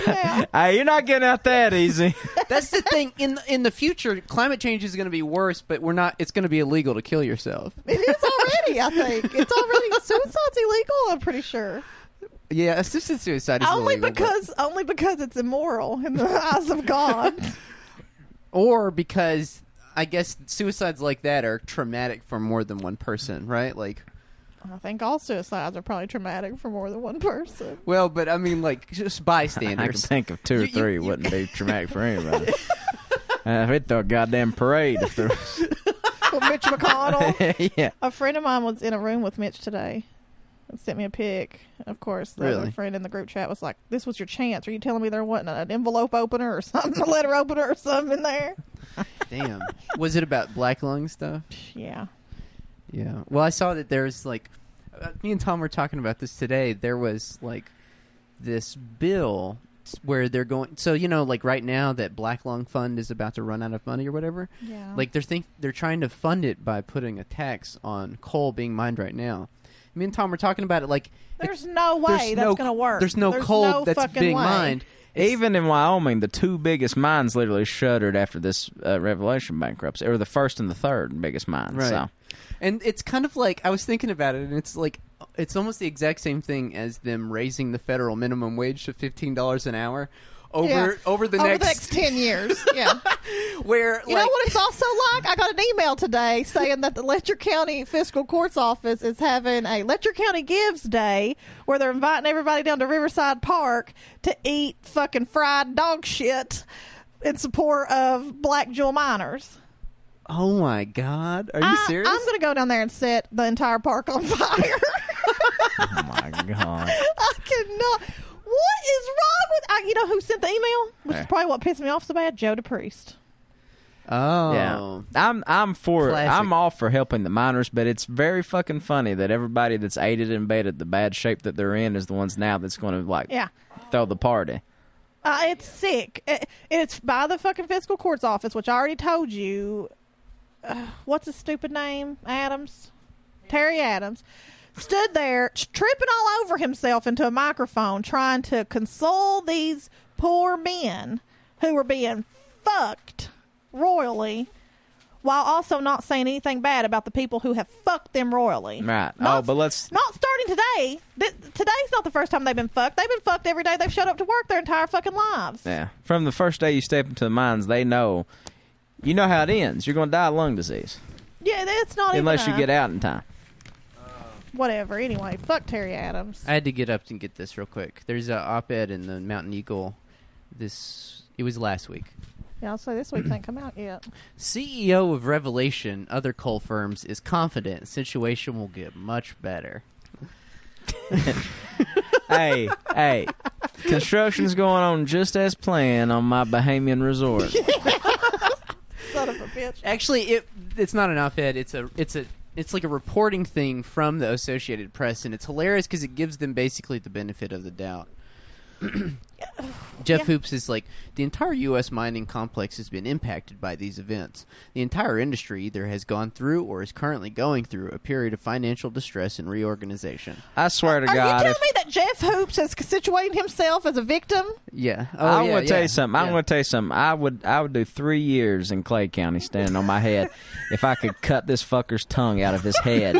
ourselves now.
Hey, you're not getting out that easy.
That's the thing. In in the future, climate change is going to be worse, but we're not. It's going to be illegal to kill yourself.
It is already, I think. It's already suicide's illegal. I'm pretty sure.
Yeah, assisted suicide is
only
illegal, but-
because only because it's immoral in the eyes of God.
or because I guess suicides like that are traumatic for more than one person, right? Like,
I think all suicides are probably traumatic for more than one person.
well, but I mean, like just
I can
bystanders.
think of two
You-
or
you-
three
you-
wouldn't be traumatic for anybody. Uh, we'd throw a goddamn parade if there
Well, Mitch McConnell,
was. yeah.
a friend of mine was in a room with Mitch today. and Sent me a pic. Of course, the
Really?
other friend in the group chat was like, "This was your chance. Are you telling me there wasn't an envelope opener or something, a letter opener or something in there?"
Damn. Was it about black lung stuff?
Yeah.
Yeah. Well, I saw that there's like, uh, me and Tom were talking about this today. There was like this bill where they're going. So you know, like right now that Black Lung Fund is about to run out of money or whatever.
Yeah.
Like they're think they're trying to fund it by putting a tax on coal being mined right now. Me and Tom were talking about it. Like
there's no way
there's
that's
no-
gonna work.
There's no coal that's
fucking
being
way.
mined.
Even in Wyoming, the two biggest mines literally shuttered after this uh, Revelation bankruptcy, or the first and the third biggest mine.
Right.
So
And it's kind of like I was thinking about it, and it's like it's almost the exact same thing as them raising the federal minimum wage to fifteen dollars an hour over
Yeah.
over the
over
next
the next 10 years. Yeah.
where
you
like,
know what it's also like? I got an email today saying that the Letcher County Fiscal Courts Office is having a Letcher County Gives Day where they're inviting everybody down to Riverside Park to eat fucking fried dog shit in support of black jewel miners.
Oh my god, are you
I-
serious?
Uh, I'm going to go down there and set the entire park on fire.
oh my god,
I cannot. What is wrong with. I, you know who sent the email? Which
Eh.
is
Who?
probably what pissed me off so bad? Joe DePriest.
oh,
yeah, I'm I'm for
Classic.
I'm all for helping the miners, but it's very fucking funny that everybody that's aided and abetted the bad shape that they're in is the ones now that's going to like
Yeah.
throw the party.
Uh, it's sick. It, it's by the fucking fiscal court's office, which I already told you. Uh, what's his stupid name? Adams. Terry Adams, stood there tripping all over himself into a microphone trying to console these poor men who were being fucked royally while also not saying anything bad about the people who have fucked them royally.
Right.
Not
oh, but let's.
not starting today. Th- today's not the first time they've been fucked. They've been fucked every day. They've showed up to work their entire fucking lives.
Yeah. From the first day you step into the mines, they know. You know how it ends. You're going to die of lung disease
Oh, Yeah, it's not
unless
even
you get out in time.
whatever. Anyway, fuck Terry Adams.
I had to get up and get this real quick. There's an op-ed in the Mountain Eagle. This it was last week.
yeah, I'll say this week ain't come out yet.
CEO of Revelation, other coal firms, is confident situation will get much better.
hey, hey. Construction's going on just as planned on my Bahamian resort.
Son of a bitch.
Actually, it it's not an op-ed. It's a it's a it's like a reporting thing from the Associated Press, and it's hilarious because it gives them basically the benefit of the doubt. Jeff
Yeah.
Hoops is like the entire U.S. mining complex has been impacted by these events. The entire industry either has gone through or is currently going through a period of financial distress and reorganization.
I swear to
Are you
God.
telling
if-
me that Jeff Hoops has situated himself as a victim?
Yeah, oh,
I'm
yeah,
gonna tell
yeah,
you something. I'm
yeah.
gonna tell you something. I would I would do three years in Clay County standing on my head if I could cut this fucker's tongue out of his head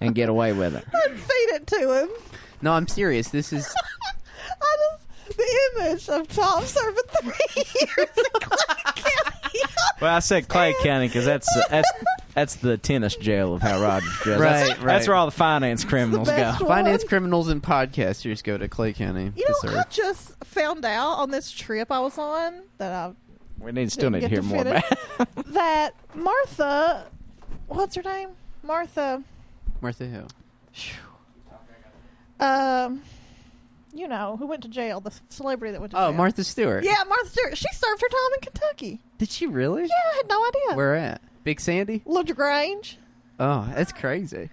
and get away with it.
I'd feed it to him.
No, I'm serious. This is
I just the image of Tom serving three years in Clark County.
Well, I said Clay County because that's that's that's the tennis jail of how Rogers dressed.
Right,
that's,
right.
that's where all the finance criminals
best
go.
one.
finance criminals and podcasters go to Clay County.
You
to
know, I
serve.
just found out on this trip I was on that I
We need still need to
didn't get
hear more about.
finish, that Martha, what's her name? Martha,
Martha Hill.
um, you know, who went to jail, the celebrity that went to
Oh,
jail.
Martha Stewart.
Yeah, Martha Stewart. She served her time in Kentucky.
Did she really?
Yeah, I had no idea.
Where at? Big Sandy?
Little Grange
Oh, that's crazy.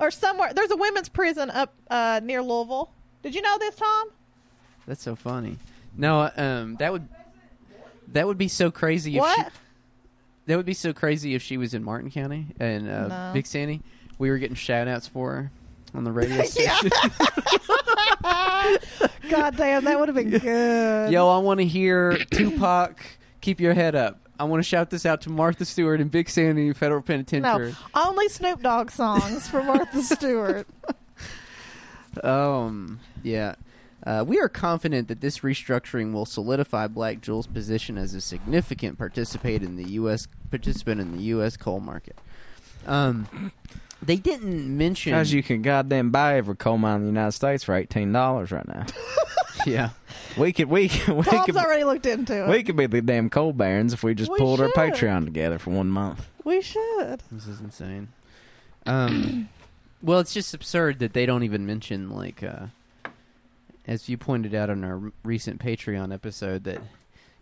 or somewhere. There's a women's prison up uh, near Louisville. Did you know this, Tom?
That's so funny. No, um, that would that would be so crazy. If She,
What?
that would be so crazy if she was in Martin County and uh,
No.
Big Sandy. We were getting shout outs for her on the radio station.
God damn, that would have been good.
Yo, I want to hear Tupac. Keep your head up. I want to shout this out to Martha Stewart and Big Sandy, federal
no,
penitentiary.
only Snoop Dogg songs for Martha Stewart.
Um, yeah. Uh, we are confident that this restructuring will solidify Black Jewel's position as a significant participant in the U.S. participant in the U.S. coal market. Um, they didn't mention.
As you can goddamn buy every coal mine in the United States for eighteen dollars right now.
yeah,
We could we could we
Tom's
could
already looked into it.
we could be the damn coal barons if we just
We
pulled our
should.
Patreon together for one month.
we should.
this is insane. Um, well, it's just absurd that they don't even mention like, uh, as you pointed out in our recent Patreon episode, that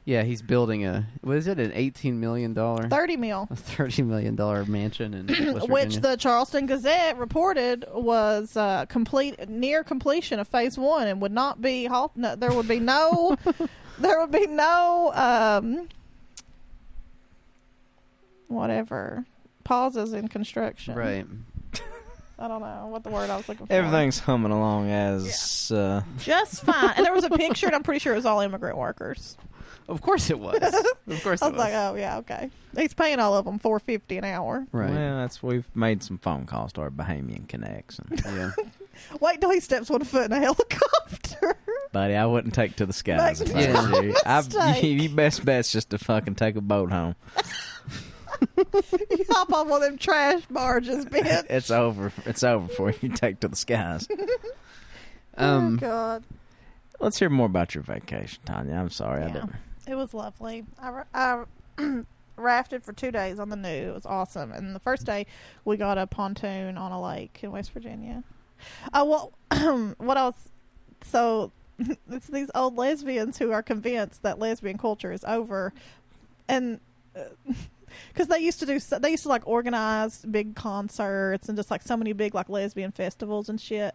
yeah, he's building a what is it an eighteen million dollar
Thirty mil.
a thirty million dollar mansion in West
which
Virginia.
the Charleston Gazette reported was uh, complete near completion of phase one and would not be halt. No, there would be no, there would be no um, whatever pauses in construction.
right.
I don't know what the word I was looking for.
Everything's humming along as uh,
just fine. And there was a picture, and I'm pretty sure it was all immigrant workers.
Of course it was. Of course
I
it
was like, oh yeah, okay. He's paying all of them four fifty an hour.
right.
Well, that's we've made some phone calls to our Bahamian connects, and,
Yeah.
Wait till he steps one foot in a helicopter.
buddy, I wouldn't take to the skies. if I
Yeah.
was you. I,
Mistake.
you, you best bet's just to fucking take a boat home.
you hop on one of them trash barges, bitch.
It's over. It's over for you take to the skies.
Um,
oh God.
Let's hear more about your vacation, Tanya. I'm sorry, I
Yeah.
didn't.
It was lovely. I, ra- I rafted for two days on the new. It was awesome. And the first day, we got a pontoon on a lake in West Virginia. Uh, well, what else? So it's these old lesbians who are convinced that lesbian culture is over, and because they used to do, so- they used to like organize big concerts and just like so many big like lesbian festivals and shit.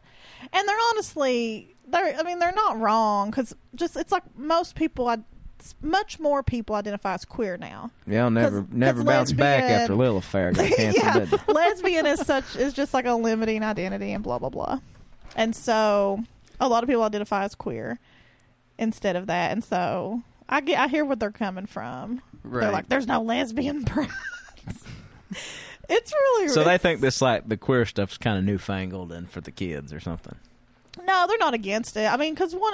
And they're honestly, they're I mean they're not wrong because just it's like most people I s- much more people identify as queer now.
Y'all never
'Cause-
never
'cause
bounced back
lesbian-
after Lilith Fair got canceled.
yeah,
did they?
lesbian is such is just like a limiting identity and blah blah blah, and so a lot of people identify as queer instead of that, and so I get I hear what they're coming from. They're
Right.
like, "There's no lesbian pride." it's really
So they
it's-
think this like the queer stuff's kind of newfangled and for the kids or something.
No, they're not against it. I mean, because one,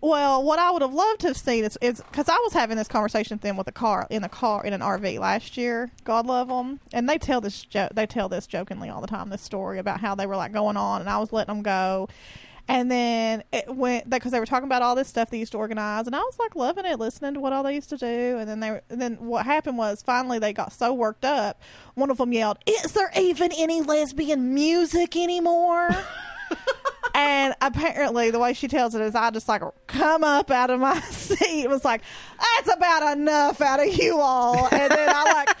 well, what I would have loved to have seen is is because I was having this conversation with them with a car in a car in an RV last year. God love them, and they tell this joke. They tell this jokingly all the time. This story about how they were like going on, and I was letting them go. And then it went because they were talking about all this stuff they used to organize, and I was like loving it, listening to what all they used to do. And then they, were- and then what happened was finally they got so worked up. One of them yelled, "Is there even any lesbian music anymore?" and apparently the way she tells it is i just like come up out of my seat It was like that's about enough out of you all and then i like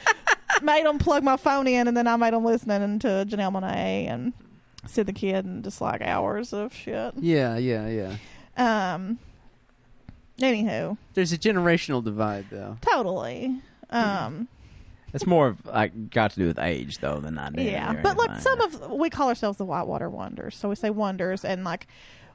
made them plug my phone in and then i made them listening to janelle monet and sid the kid and just like hours of shit
yeah, yeah, yeah.
um anywho
There's a generational divide, though.
totally um
It's more of like got to do with age though than identity.
yeah
or
but like
anything.
some of we call ourselves the whitewater wonders so we say wonders and like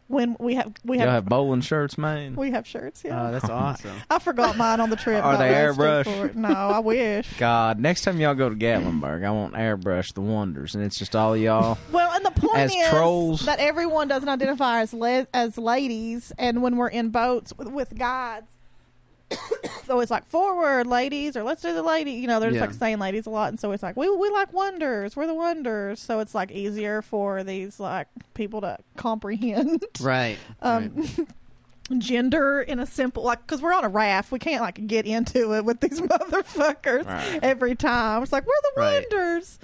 when we have we
y'all
have,
have bowling shirts, man.
we have shirts yeah
Oh, that's awesome.
I forgot mine on the trip.
Are
but
they
I still
airbrush?
forward- No, I wish.
God, next time y'all go to Gatlinburg, I want airbrush the wonders, and it's just all y'all.
Well, and the point
As
is
trolls.
that everyone doesn't identify as le- as ladies, and when we're in boats with, with guides, it's always like forward, ladies, or let's do the lady. You know, they're just
Yeah.
like saying ladies a lot, and so it's like we we like wonders. We're the wonders, so it's like easier for these like people to comprehend.
right.
Um,
right.
gender in a simple like because we're on a raft we can't like get into it with these motherfuckers
Right.
every time it's like we're the
Right.
wonders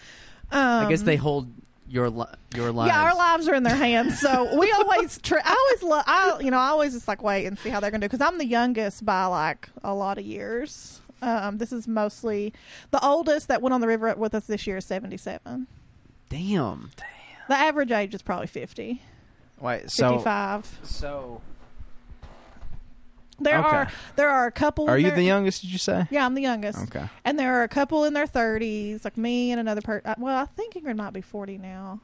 um,
I guess they hold your li- your lives.
yeah our lives are in their hands so we always tr- i always love i you know i always just like wait and see how they're gonna do because i'm the youngest by like a lot of years um, this is mostly the oldest that went on the river with us this year is 77
Damn.
the average age is probably 50
Wait, so
55
So
there
Okay.
are there are a couple
are
in
you
their-
the youngest? Did you say?
yeah i'm the youngest
Okay.
And there are a couple in their 30s, like me and another person. Well, I think Ingrid might be 40 now.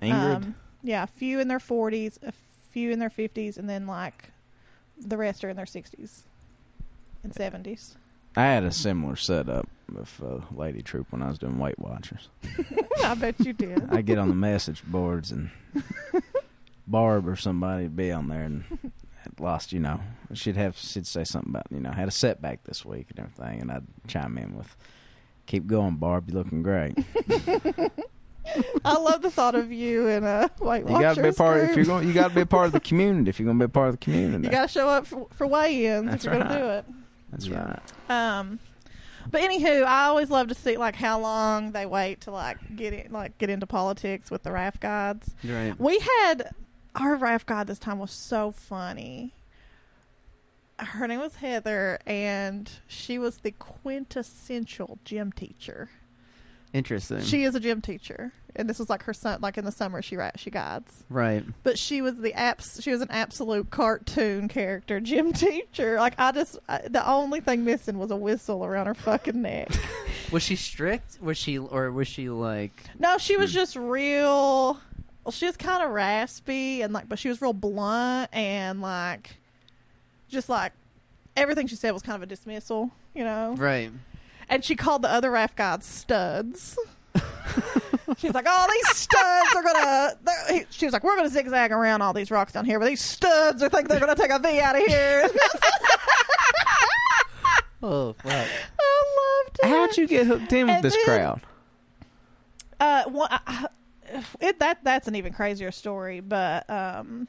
Um,
Ingrid.
yeah, a few in their 40s, a few in their 50s, and then like the rest are in their 60s and 70s.
I had a similar setup with uh, Lady Troop when I was doing Weight Watchers.
I bet you did.
I get on the message boards and Barb or somebody would be on there and had lost, you know, she'd have she'd say something about you know had a setback this week and everything, and I'd chime in with, "Keep going, Barb, you're looking great.
I love the thought of you in a Weight
You got to be a
Watchers
part.
group.
If you're going, you got to be a part of the community. If you're going to be a part of the community,
you got to show up for, for weigh-ins
That's
if you're going
right.
to do it.
that's
Yeah.
right.
Um, but anywho, I always love to see like how long they wait to like get in, like get into politics with the raft guides.
right.
We had our raft guide this time was so funny. Her name was Heather, and she was the quintessential gym teacher.
Interesting.
She is a gym teacher, and this was like her son. Like in the summer, she ra- she guides,
right.
but she was the abs- She was an absolute cartoon character gym teacher. Like I just, I, the only thing missing was a whistle around her fucking neck.
Was she strict? Was she or was she like?
No, she
Hmm.
was just real. Well, she was kind of raspy and like, but she was real blunt and like, just like everything she said was kind of a dismissal, you know.
Right.
And she called the other raft guides studs. She's like, oh, these studs are gonna. they're- he- She was like, we're gonna zigzag around all these rocks down here, but these studs, I think they're gonna take a V out of here.
Oh fuck.
I loved it.
How'd you get hooked in with
And
this
then-
crowd?
Uh, one, I, I- it, that that's an even crazier story, but um,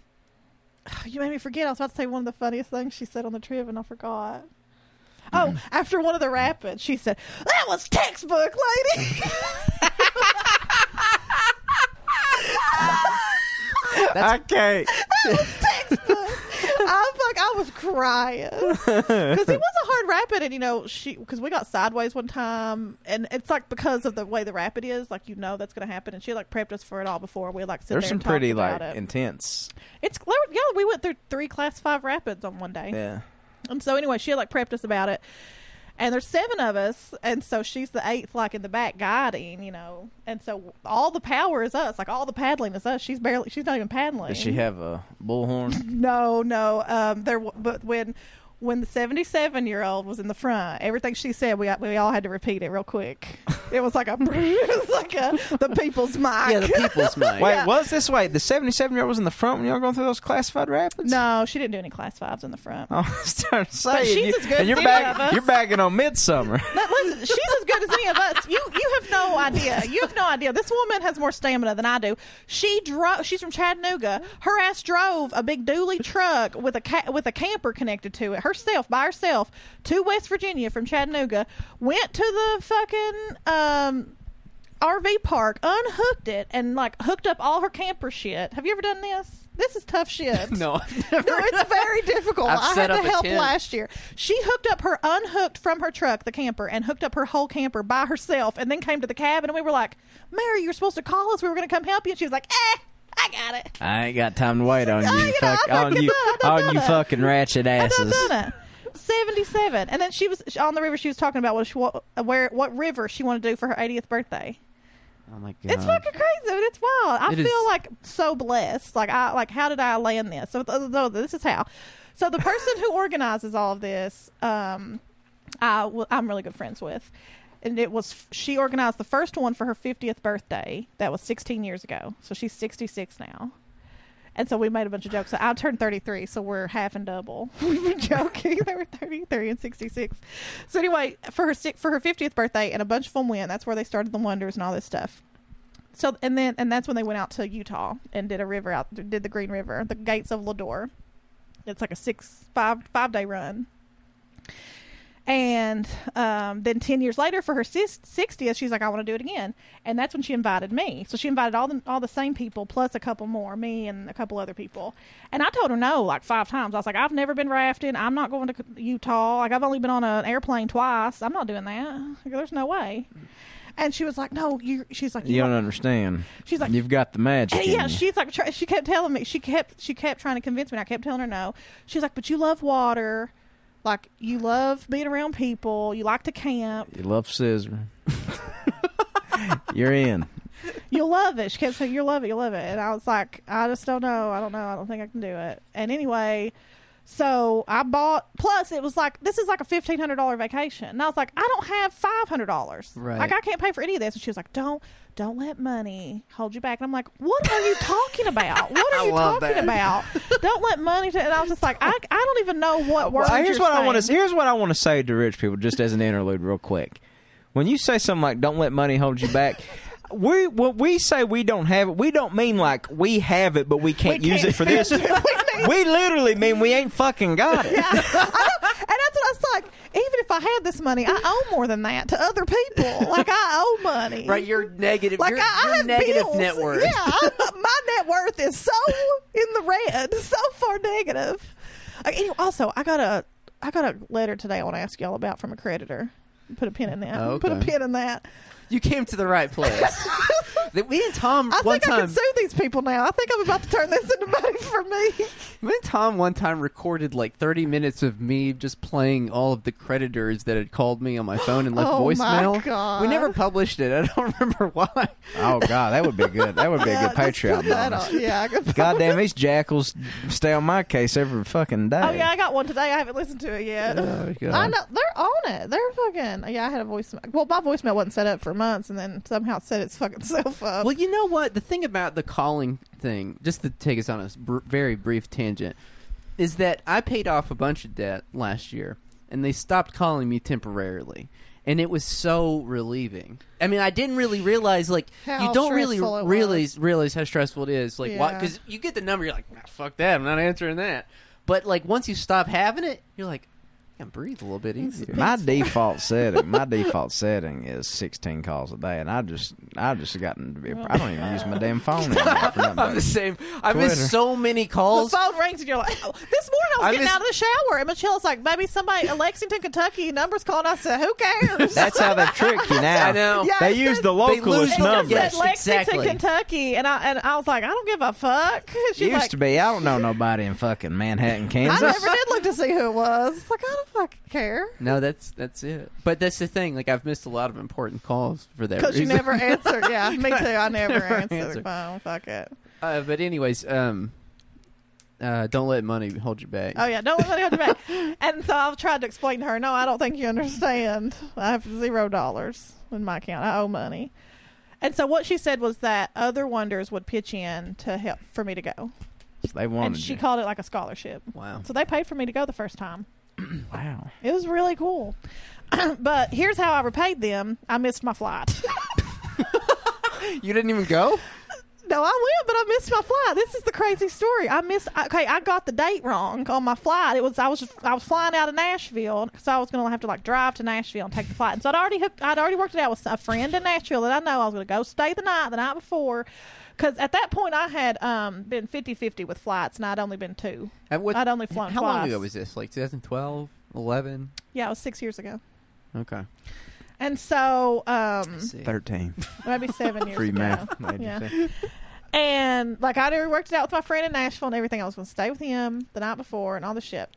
you made me forget. I was about to say one of the funniest things she said on the trip, and I forgot. Oh, after one of the rapids, she said, "That was textbook, lady."
I can't.
I like I was crying because it was a hard rapid, and you know she because we got sideways one time, and it's like because of the way the rapid is, like you know that's gonna happen, and she like prepped us for it all before we like sit
There's
there
some
and talked
pretty
about
like
it.
intense.
It's clear- yeah. We went through three class five rapids on one day.
Yeah.
And so anyway, she had like prepped us about it. And there's seven of us, and so she's the eighth, like in the back guiding, you know. And so all the power is us, like all the paddling is us. She's barely, she's not even paddling.
Does she have a bullhorn?
No, no. Um, there, w- but when when the seventy-seven year old was in the front, everything she said, we we all had to repeat it real quick. It was like a, it was like a the people's mic.
Yeah, the people's mic.
Wait,
Yeah.
was this way? The seventy-seven year old was in the front when y'all going through those classified rapids.
no, she didn't do any class fives in the front.
I was trying to say,
But she's
and you-
as good
and you're
as any of
back,
us.
you're bagging on midsummer.
But listen, she's as good as any of us. You you have no idea. You have no idea. This woman has more stamina than I do. She drove. She's from Chattanooga. Her ass drove a big dually truck with a ca- with a camper connected to it herself by herself to West Virginia from Chattanooga. Went to the fucking. Um, RV park unhooked it and like hooked up all her camper shit. Have you ever done this? This is tough shit.
no, I've never.
No, it's very difficult.
I've
I
set
had to
up a
help
tent.
last year. She hooked up her unhooked from her truck, the camper, and hooked up her whole camper by herself, and then came to the cabin, and we were like, "Mary, you were supposed to call us. We were going to come help you." And she was like, "Eh, I got it.
I ain't got time to wait on
I
you,
ain't
fuck,
got
on
fucking
you,
time. I done
on you,
done it.
fucking ratchet
I done
asses.
done it." Seventy-seven, and then she was on the river. She was talking about what she, what, where, what river she wanted to do for her 80th birthday.
Oh my god!
It's fucking crazy. I mean, it's wild. I
It
feel
is.
like so blessed. Like I like how did I land this? So th- th- this is how. So the person who organizes all of this, um, I w- I'm really good friends with, and it was she organized the first one for her 50th birthday. That was 16 years ago. So she's 66 now. And so we made a bunch of jokes. So I turned 33, so we're half and double. We were joking. they were 33 and 66. So anyway, for her si- for her 50th birthday, and a bunch of them went. That's where they started the wonders and all this stuff. So and then and that's when they went out to Utah and did a river out did the Green River, the Gates of Lador. It's like a six five five day run. And um, then ten years later, for her sixtieth, she's like, "I want to do it again," and that's when she invited me. So she invited all the all the same people plus a couple more, me and a couple other people. And I told her no like five times. I was like, "I've never been rafting. I'm not going to Utah. Like I've only been on an airplane twice. I'm not doing that. Like, There's no way." And she was like, "No, you." She's like,
You don't understand.
She's like,
You've got the magic.
yeah,
in you.
she's like, try, she kept telling me, she kept, she kept trying to convince me. And I kept telling her no. She's like, but you love water, like you love being around people, you like to camp,
You love scissor. You're in.
you love it. She kept saying, you love it, you love it. And I was like, I just don't know, I don't know, I don't think I can do it. And anyway, so I bought. Plus, it was like this is like a fifteen hundred dollar vacation, and I was like, I don't have five hundred dollars.
Right.
Like I can't pay for any of this. And she was like, Don't, don't let money hold you back. And I'm like, What are you talking about? What
I
are you
love
talking
that.
about? Don't let money. Ta-. And I was just like, I, I don't even know what words.
Well, here's
you're
what I want
saying.
to. Here's what I want to say to rich people, just as an interlude, real quick. When you say something like "Don't let money hold you back," we when we say we don't have it, we don't mean like we have it, but we can't, use it for this. we literally mean we ain't fucking got it.
and that's what I was like. Even if I had this money, I owe more than that to other people. Like I owe money.
Right, you're negative.
Like
you're,
I, I have
negative
bills.
net worth.
Yeah, I'm- my net worth is so in the red, so far negative. Uh, anyway, also, I got a I got a letter today. I want to ask y'all about from a creditor. Put a pin in that.
Oh,
Put a
okay.
pin in that.
You came to the right place. That me and Tom
I
one
think I
time,
can sue these people now. I think I'm about to turn this into money for me.
me and Tom one time recorded like 30 minutes of me just playing all of the creditors that had called me on my phone and left
Oh, my
voicemail. We
God.
never published it. I don't remember why.
Oh god, that would be good. That would be
Yeah,
a good
just put
Patreon
that
bonus.
on. Yeah, I could
Goddamn, these jackals stay on my case every fucking day.
Oh yeah, I got one today. I haven't listened to it yet.
Oh, God.
I know they're on it. They're fucking. Yeah, I had a voicemail. Well, my voicemail wasn't set up for months, and then somehow set its fucking self up.
Well, you know what? The thing about the calling thing, just to take us on a s- br- very brief tangent, is that I paid off a bunch of debt last year, and they stopped calling me temporarily. And it was so relieving. I mean, I didn't really realize like
How
you don't really
stressful it
realize realize how stressful it is. Like, why?
Yeah.
Because you get the number, you're like, nah, "Fuck that! I'm not answering that." But like once you stop having it, you're like,
can breathe a little bit
It's
easier.
big-
My default setting, my default setting is sixteen calls a day, and I just, I just gotten to be. I don't even use my damn phone anymore. for
I'm the
nothing.
same. I
Twitter.
miss so many
The
calls.
phone rings and you're like, oh, this morning I was
I
getting
miss-
out of the shower and Michelle's like, maybe somebody in Lexington, Kentucky, numbers called. I said, who cares?
That's how they trick you now.
I know.
Yeah,
They
it's
use
good.
the
They lose
localist
the-
It just
numbers.
numbers.
said Lexington,
exactly.
Kentucky, and I and I was like, I don't give a fuck. She's
used
like,
to be. I don't know nobody in fucking Manhattan,
I
Kansas.
never did look to see who it was. It's like I don't fucking care
No, that's
That's it. But that's the thing. Like I've missed a lot of important calls for that
because
reason.
you never answered. Yeah, me too. I never,
Never
answered the
answered.
phone. Fuck it.
uh, but anyways, um, uh, don't let money hold you back.
Oh yeah, don't let anybody hold you back. And so I've tried to explain to her, no, I don't think you understand. I have zero dollars in my account. I owe money. And so what she said was that other wonders would pitch in to help for me to go,
They
and
wanted
she
you.
called it like a scholarship.
Wow.
So they paid for me to go the first time.
wow.
It was really cool. but here's how I repaid them. I missed my flight.
You didn't even go?
No, I went, but I missed my flight. This is the crazy story. I missed. Okay, I got the date wrong on my flight. It was I was I was flying out of Nashville, so I was gonna have to like drive to Nashville and take the flight. And so I'd already hooked. I'd already worked it out with a friend in Nashville that I know. I was gonna go stay the night the night before, because at that point I had um been 50-50 with flights, and I'd only been two.
At what,
I'd only flown
how
twice.
long ago was this? Like 2012, 11?
Yeah, it was six years ago.
Okay.
Hmm? And so um
Thirteen.
maybe seven years
Free
ago.
math.
Yeah. And like I'd already worked it out with my friend in Nashville and everything. I was going to stay with him the night before and all this shit.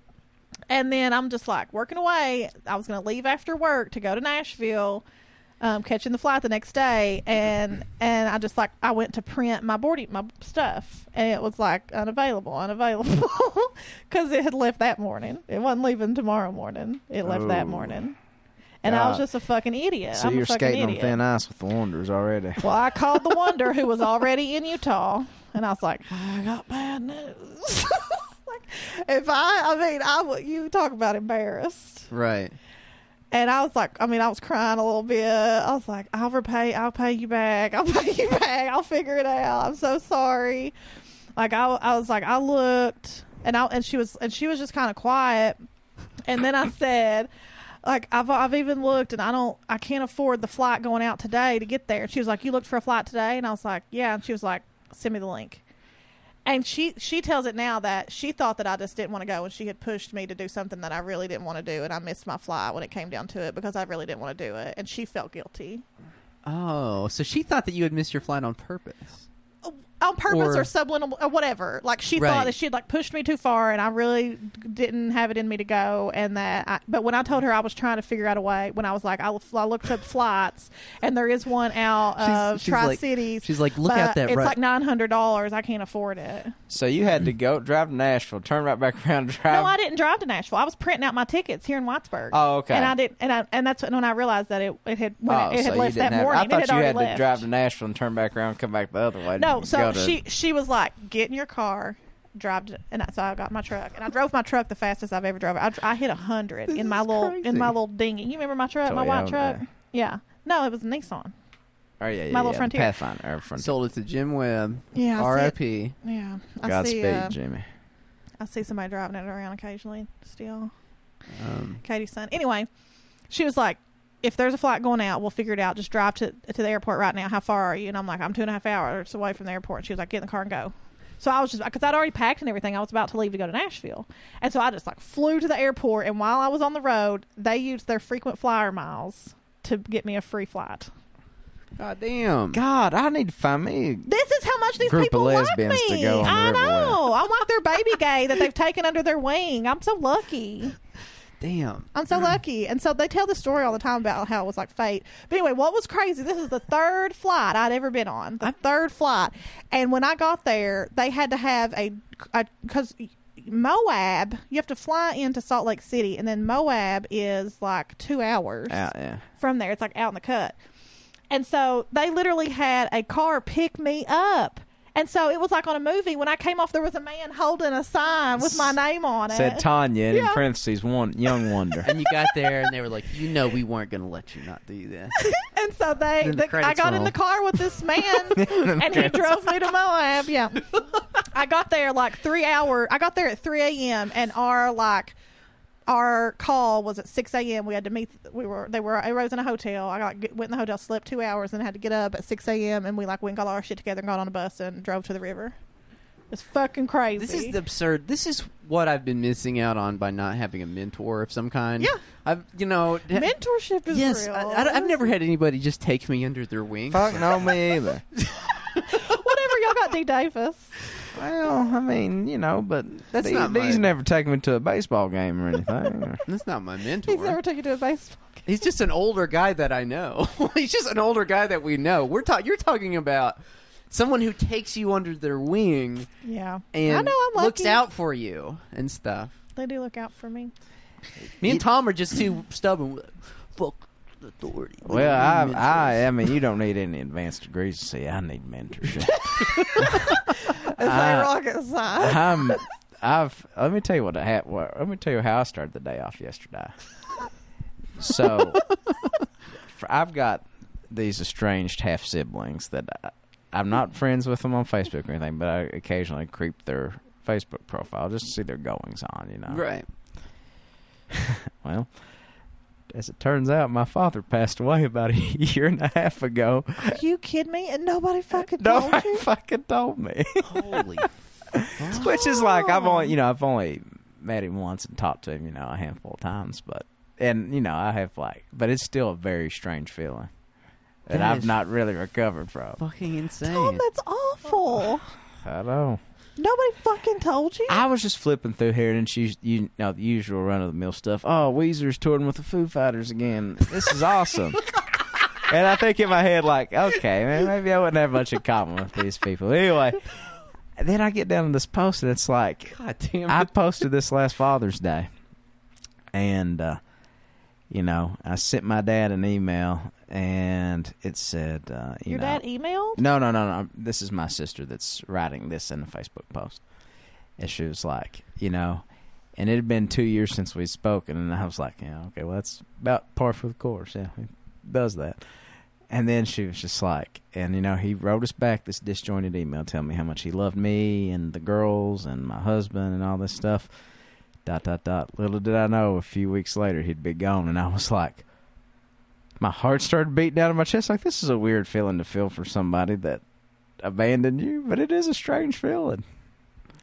And then I'm just like working away. I was going to leave after work to go to Nashville, um, catching the flight the next day. And and I just like I went to print my boarding my stuff, and it was like unavailable, unavailable, because it had left that morning. It wasn't leaving tomorrow morning. It left that
Oh.
morning. And I was
God.
just a fucking idiot.
So
I'm
you're
a fucking
skating
idiot.
on thin ice with the Wanderers already.
Well, I called the Wonder, who was already in Utah, and I was like, I got bad news. like, if I, I mean, I would. You talk about embarrassed.
Right.
And I was like, I mean, I was crying a little bit. I was like, I'll repay, I'll pay you back, I'll pay you back, I'll figure it out. I'm so sorry. Like I, I was like, I looked, and I, and she was, and she was just kind of quiet. And then I said, like I've, I've even looked, and I don't, I can't afford the flight going out today to get there. And she was like, you looked for a flight today, and I was like, yeah. And she was like, send me the link. And she she tells it now that she thought that I just didn't want to go, and she had pushed me to do something that I really didn't want to do, and I missed my flight when it came down to it because I really didn't want to do it, and she felt guilty
Oh, so she thought that you had missed your flight on purpose.
on purpose or,
Or-
subliminal or whatever. Like she
Right.
thought that she had like pushed me too far, and I really didn't have it in me to go, and that. I, but when I told her I was trying to figure out a way, when I was like, I, I looked up flights, and there is one out
She's-
of
she's
Tri
like-
Cities.
She's like, look at that
it's
right.
like nine hundred dollars. I can't afford it.
So you had to go drive to Nashville, turn right back around, drive.
No, I didn't drive to Nashville. I was printing out my tickets here in Whitesburg.
Oh, okay.
And I did, and I, and that's when I realized that it it had when
Oh,
it,
so
it had
you
left
didn't
that
have-
morning.
I
it
thought
had
you
already
had
left.
to drive to Nashville and turn back around, come back the other way.
No,
You
so
go to-
she she was like, "Get in your car, drive," to, and I, so I got my truck, and I drove my truck the fastest I've ever drove. I, dr- I hit a hundred in my little in
crazy.
my little dinghy. You remember my truck, my white
Toyota.
truck? Yeah. No, it was a Nissan.
Oh yeah, yeah,
My Little
yeah, the
Frontier.
Pathfinder, or Frontier.
Sold it to Jim Webb.
Yeah. I see it.
R.I.P.
Yeah. I
Godspeed,
see. Uh,
Jimmy.
I see somebody driving it around occasionally still.
Um,
Katie's son. Anyway, she was like, if there's a flight going out, we'll figure it out. Just drive to to the airport right now. How far are you? And I'm like, I'm two and a half hours away from the airport. And she was like, get in the car and go. So I was just because I'd already packed and everything. I was about to leave to go to Nashville, and so I just like flew to the airport. And while I was on the road, they used their frequent flyer miles to get me a free flight.
God damn.
God, I need to find me.
This is how much these
Group of
people
lesbians
like
to
me.
go on the
I
river with.
know. I'm like their baby gay that they've taken under their wing. I'm so lucky.
Damn.
Mm-hmm.
I'm so lucky. And so they tell the story all the time about how it was like fate. But anyway, what was crazy, this is the third flight I'd ever been on. The third flight. And when I got there, they had to have a because Moab, you have to fly into Salt Lake City and then Moab is like 2 hours
Out, yeah.
from there. It's like out in the cut. And so they literally had a car pick me up. And so it was like on a movie. When I came off, there was a man holding a sign with my name on it.
Said Tanya, and in
Yeah.
parentheses, one young wonder.
And you got there, and they were like, you know, we weren't going to let you not do this.
And so they,
Then the
the- I
credits
got in
roll.
the car with this man, and he drove me to Moab. Yeah, I got there like three hour. I got there at three a.m. and our like Our call was at 6 a.m. We had to meet. We were they were I was in a hotel. I got went in the hotel, slept two hours, and had to get up at 6 a.m. And we like went and got all our shit together and got on a bus and drove to the river. It's fucking crazy.
This is the absurd. This is what I've been missing out on by not having a mentor of some kind.
Yeah.
I've you know d-
mentorship is
yes.
real.
I, I, have never had anybody just take me under their wing.
Fuck no, me either.
whatever y'all got, D Davis.
Well, I mean, you know, but
That's
the-
not
these
mine.
never take me to a baseball game or anything. or-
That's not my mentor.
He's never took you to a baseball.
He's just an older guy that I know. He's just an older guy that we know. We're ta- you're talking about someone who takes you under their wing
Yeah,
and
I know I'm lucky.
looks out for you and stuff.
They do look out for me.
Me and Tom are just too stubborn. We're like, Fuck the authority. We
Well,
don't need
I,
mentors."
I, I mean, you don't need any advanced degrees to say I need mentorship.
It's
Ah.
like rocket science.
Ah.
I'm, I've. Let me tell you what I had. What, let me tell you how I started the day off yesterday. So, for, I've got these estranged half siblings that I, I'm not friends with them on Facebook or anything, but I occasionally creep their Facebook profile just to see their goings on. You know,
right.
Well, as it turns out, my father passed away about a year and a half ago.
Are you kidding me? And
Uh,
nobody fucking told
Nobody
you.
fucking told me.
Holy. fuck.
Which is like I've only you know I've only met him once and talked to him you know a handful of times, but and you know I have like, but it's still a very strange feeling that,
That
I've
is
not really recovered from.
Fucking insane.
Tom, that's awful.
I know.
Nobody fucking told you.
I was just flipping through here, and she's you know the usual run of the mill stuff. Oh, Weezer's touring with the Foo Fighters again. This is awesome. and I think in my head like, okay, man, maybe I wouldn't have much in common with these people. Anyway, then I get down to this post, and it's like,
God damn
I
it.
posted this last Father's Day, and uh, you know, I sent my dad an email, and it said, uh, you
Your
know,
dad emailed.
no, no, no, no. This is my sister that's writing this in a Facebook post, and she was like, you know, and it had been two years since we'd spoken, and I was like, yeah, okay, well, that's about par for the course. Yeah, he does that. And then she was just like, and you know, he wrote us back this disjointed email telling me how much he loved me and the girls and my husband and all this stuff. Dot dot dot. Little did I know, a few weeks later he'd be gone, and I was like, my heart started beating out of my chest. Like this is a weird feeling to feel for somebody that abandoned you, but it is a strange feeling.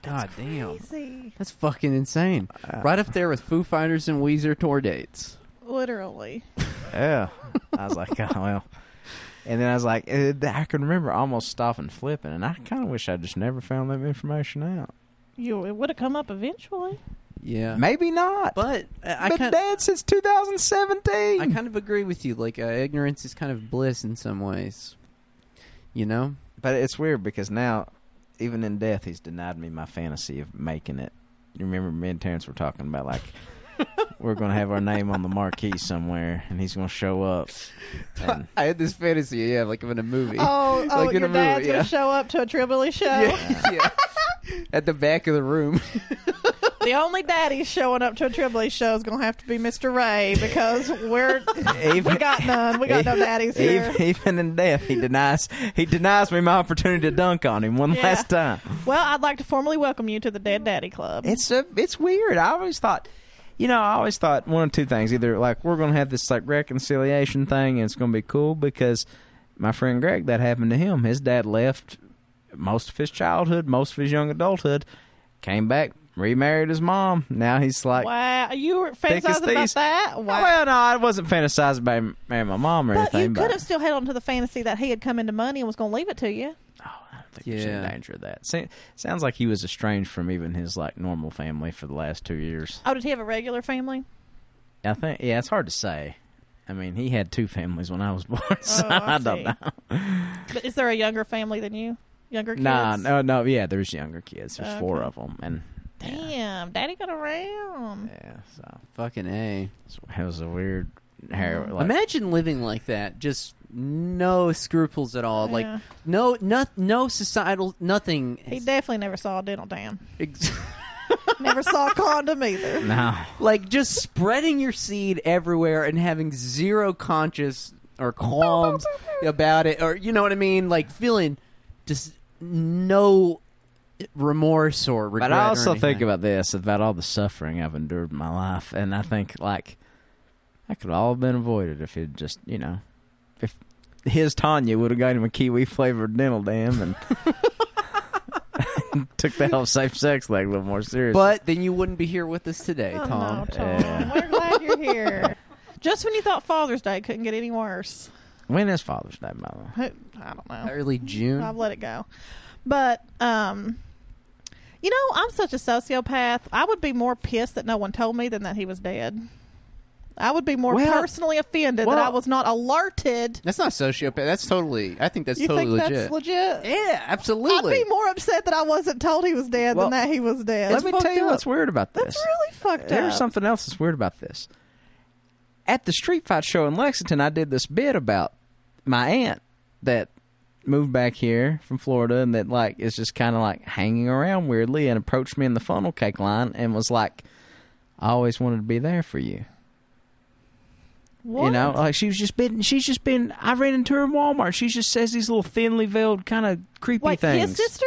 God damn.
Crazy.
That's fucking insane.
Uh,
Right up there with Foo Fighters and Weezer tour dates.
Literally.
Yeah. I was like, oh well. And then I was like, eh, I can remember almost stopping flipping, and I kind of wish I just never found that information out.
You it would have come up eventually.
Yeah.
Maybe not.
But uh, I
Been
kind
dead since 2017.
I kind of agree with you. Like uh, ignorance is kind of bliss in some ways. You know?
But it's weird because now, even in death, he's denied me my fantasy of making it. You remember me and Terrence were talking about like we're going to have our name on the marquee somewhere, and he's going to show up. And,
I had this fantasy, yeah, like I'm in a movie.
Oh, oh,
Like in
your
a movie,
dad's
yeah.
gonna show up to a Tribbley show.
uh,
Yeah, yeah. At the back of the room.
The only daddy showing up to a Tribbley show is gonna have to be Mr. Ray because we're we
even,
got none. We got no daddies here.
even, even in death, he denies he denies me my opportunity to dunk on him one
Yeah.
last time.
Well, I'd like to formally welcome you to the Dead Daddy Club.
It's a, it's weird. I always thought, you know, I always thought one of two things: either like we're gonna have this like reconciliation thing, and it's gonna be cool because my friend Greg, that happened to him. His dad left most of his childhood, most of his young adulthood, came back, remarried his mom. Now he's like.
wow, you were
Thick as
fantasizing about
thieves.
that? Wow.
Well, no, I wasn't fantasizing about him marrying my mom or
but you
anything.
could have still held on to the fantasy that he had come into money and was going to leave it to you.
Oh, I don't think there's
Yeah.
any danger of that. Sa- sounds like he was estranged from even his like normal family for the last two years.
Oh, did he have a regular family?
I think yeah, it's hard to say. I mean, he had two families when I was born, so
Oh,
I,
I
don't
see.
know.
But is there a younger family than you? Younger kids?
Nah, no, no, yeah, there's younger kids. There's four
Okay.
of them, and yeah,
Damn, daddy got around.
yeah, so
Fucking A.
so it was a weird. Hair, like,
Imagine living like that. Just no scruples at all. Like
Yeah.
no no no societal nothing.
He definitely never saw a dental dam.
Ex-
Never saw a condom either.
no,
like just spreading your seed everywhere and having zero conscious or qualms about it or you know what i mean like feeling just no remorse or regret.
But I
or
also think
anything.
about this about all the suffering I've endured in my life, and I think like that could all have been avoided if he'd just you know if his Tanya would have got him a kiwi flavored dental dam and took the whole safe sex like a little more seriously.
But then you wouldn't be here with us today,
Oh,
Tom.
no, Tom.
Yeah.
We're glad you're here. Just when you thought Father's Day couldn't get any worse.
when is Father's Day, by the way?
Who- I don't know.
Early June.
I've let it go. But um you know, I'm such a sociopath. I would be more pissed that no one told me than that he was dead. I would be more
Well-
personally offended that
well-
I was not alerted.
That's not sociopath. That's totally. I think that's
you
totally
think
legit.
that's legit?
yeah, absolutely.
I'd be more upset that I wasn't told he was dead
Well,
than that he was dead.
Let me
Fucked
tell you
up.
what's weird about this.
That's really fucked
There's
up.
something else that's weird about this. At the street fight show in Lexington, I did this bit about my aunt that moved back here from Florida and that like is just kind of like hanging around weirdly and approached me in the funnel cake line and was like, "I always wanted to be there for you." You know, like she was just been. She's just been. I ran into her in Walmart. She just says these little thinly veiled kind of creepy
Wait,
things.
his sister?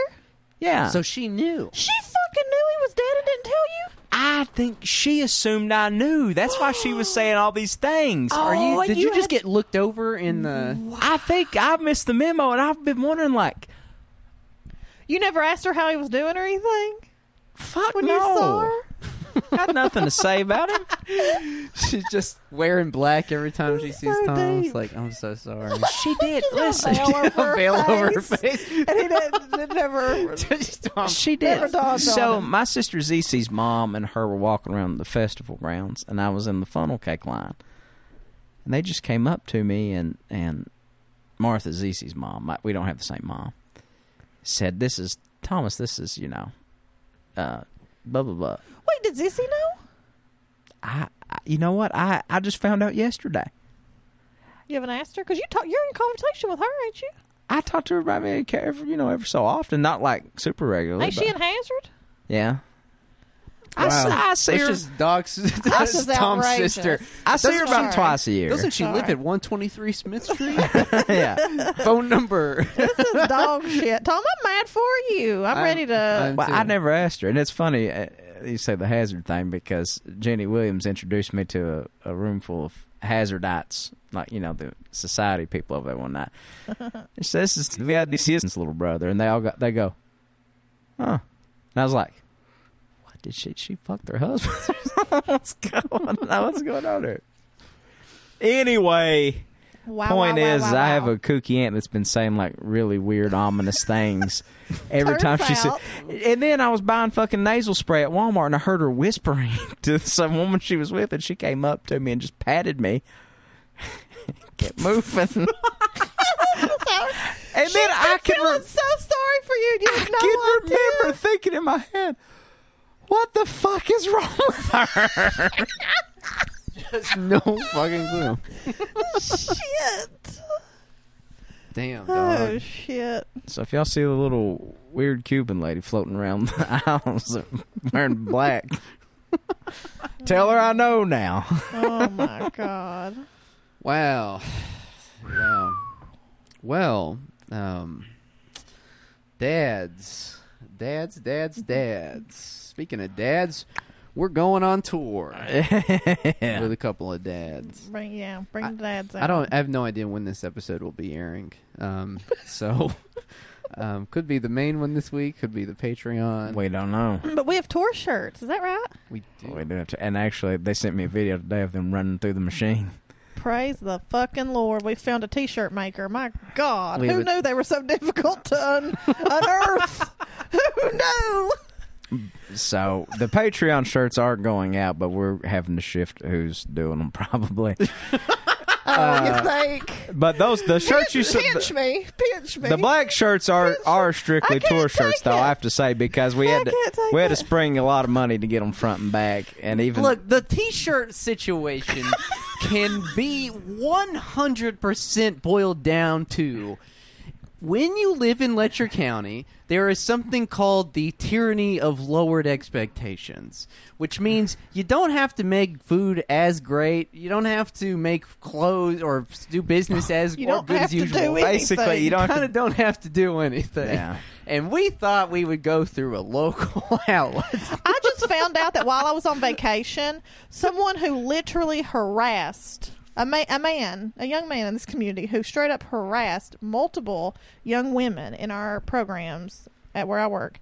yeah.
so she knew.
She fucking knew he was dead and didn't tell you.
I think she assumed I knew. That's why she was saying all these things.
Are you?
Oh,
Did you,
you
just
had-
get
Mm-hmm.
looked over in the?
Oh,
I think I missed the memo, and I've been wondering, like,
You never asked her how he was doing or anything
fuck
when
no,
you saw her.
got nothing to say about him.
She's just wearing black every time she
That's
sees
so
Tom. It's
deep.
like I'm so sorry.
She did.
She's got a
Listen,
veil over her
Veil over her
face.
face.
and he didn't, didn't never.
Just Tom.
she
Never
did.
dawned
So
on him.
my sister Zisi's mom and her were walking around the festival grounds, and I was in the funnel cake line, and they just came up to me and and Martha Zisi's mom. my- We don't have the same mom. Said, "This is Thomas. This is you know, uh, blah blah blah."
Wait, did Zissy know?
I, I you know what? I I just found out yesterday.
You haven't asked her because you talk. You're in conversation with her, ain't you?
I talk to her about me, every, you know, every so often, not like super regularly.
Ain't she
but-
in Hazard?
yeah. I, s-
Wow.
I see
It's
her.
just dogs.
This is
Tom's
outrageous.
sister.
I see
doesn't
her about
she-
twice a year.
Doesn't she live
Sorry.
at 123 Smith Street?
yeah.
Phone number.
This is dog shit. Tom, I'm mad for you. I'm,
I'm-
ready to.
I'm-
Well,
too.
I never asked her, and it's funny uh, you say the hazard thing because Jenny Williams introduced me to a, a room full of hazardites, like you know the society people over there one night. she says, "This is VIDC's little brother," and they all got they go, "Huh?" And I was like, "What did she? She fucked her husband? what's going on? What's going on here?" Anyway,
wow,
point
wow, wow,
is,
wow,
I have
wow.
a kooky aunt that's been saying like really weird, ominous things every
Turns
time she said.
out-
And then I was buying fucking nasal spray at Walmart, and I heard her whispering to some woman she was with, and she came up to me and just patted me. Get moving, and then I
I'm
can
feeling
re-
so sorry for you. You
I
did not
can
want to.
remember thinking in my head, "What the fuck is wrong with her?"
There's no fucking clue.
Shit.
Damn, dog.
Oh shit.
So if y'all see the little weird Cuban lady floating around the aisles wearing black, tell her I know now.
Oh my god.
Wow. Wow. Well, um, dads, dads, dads, dads. Speaking of dads, we're going on tour with a couple of dads.
Bring yeah. Bring the dads. Out.
I don't. I have no idea when this episode will be airing. Um, so um, could be the main one this week. Could be the Patreon.
We don't know.
But we have tour shirts. Is that right?
we do.
We do have to, and actually, they sent me a video today of them running through the machine.
Praise the fucking Lord. We found a t shirt maker. My God.
We
Who
would-
knew they were so difficult to un- unearth? Who knew?
So the Patreon shirts are going out, but we're having to shift who's doing them probably.
Oh, you think?
But those Uh, the shirts you
pinch,
saw.
pinch
The,
me. Pinch me.
the black shirts are are
I
strictly
can't
tour shirts,
take
though.
it.
I have to say because we
I
had
can't
to
take
we had to
it.
spring a lot of money to get them front and back, and even
Look, the t-shirt situation can be 100% boiled down to when you live in Letcher County, there is something called the tyranny of lowered expectations, which means you don't have to make food as great, you don't have to make clothes or do business as or
You don't
good
have
as
to
usual.
do it.
Basically, you don't
kind
have
of
to.
don't have to do anything.
Yeah.
And we thought we would go through a local outlet.
I just found out that while I was on vacation, someone who literally harassed a, ma- a man, a young man in this community, who straight up harassed multiple young women in our programs at where I work,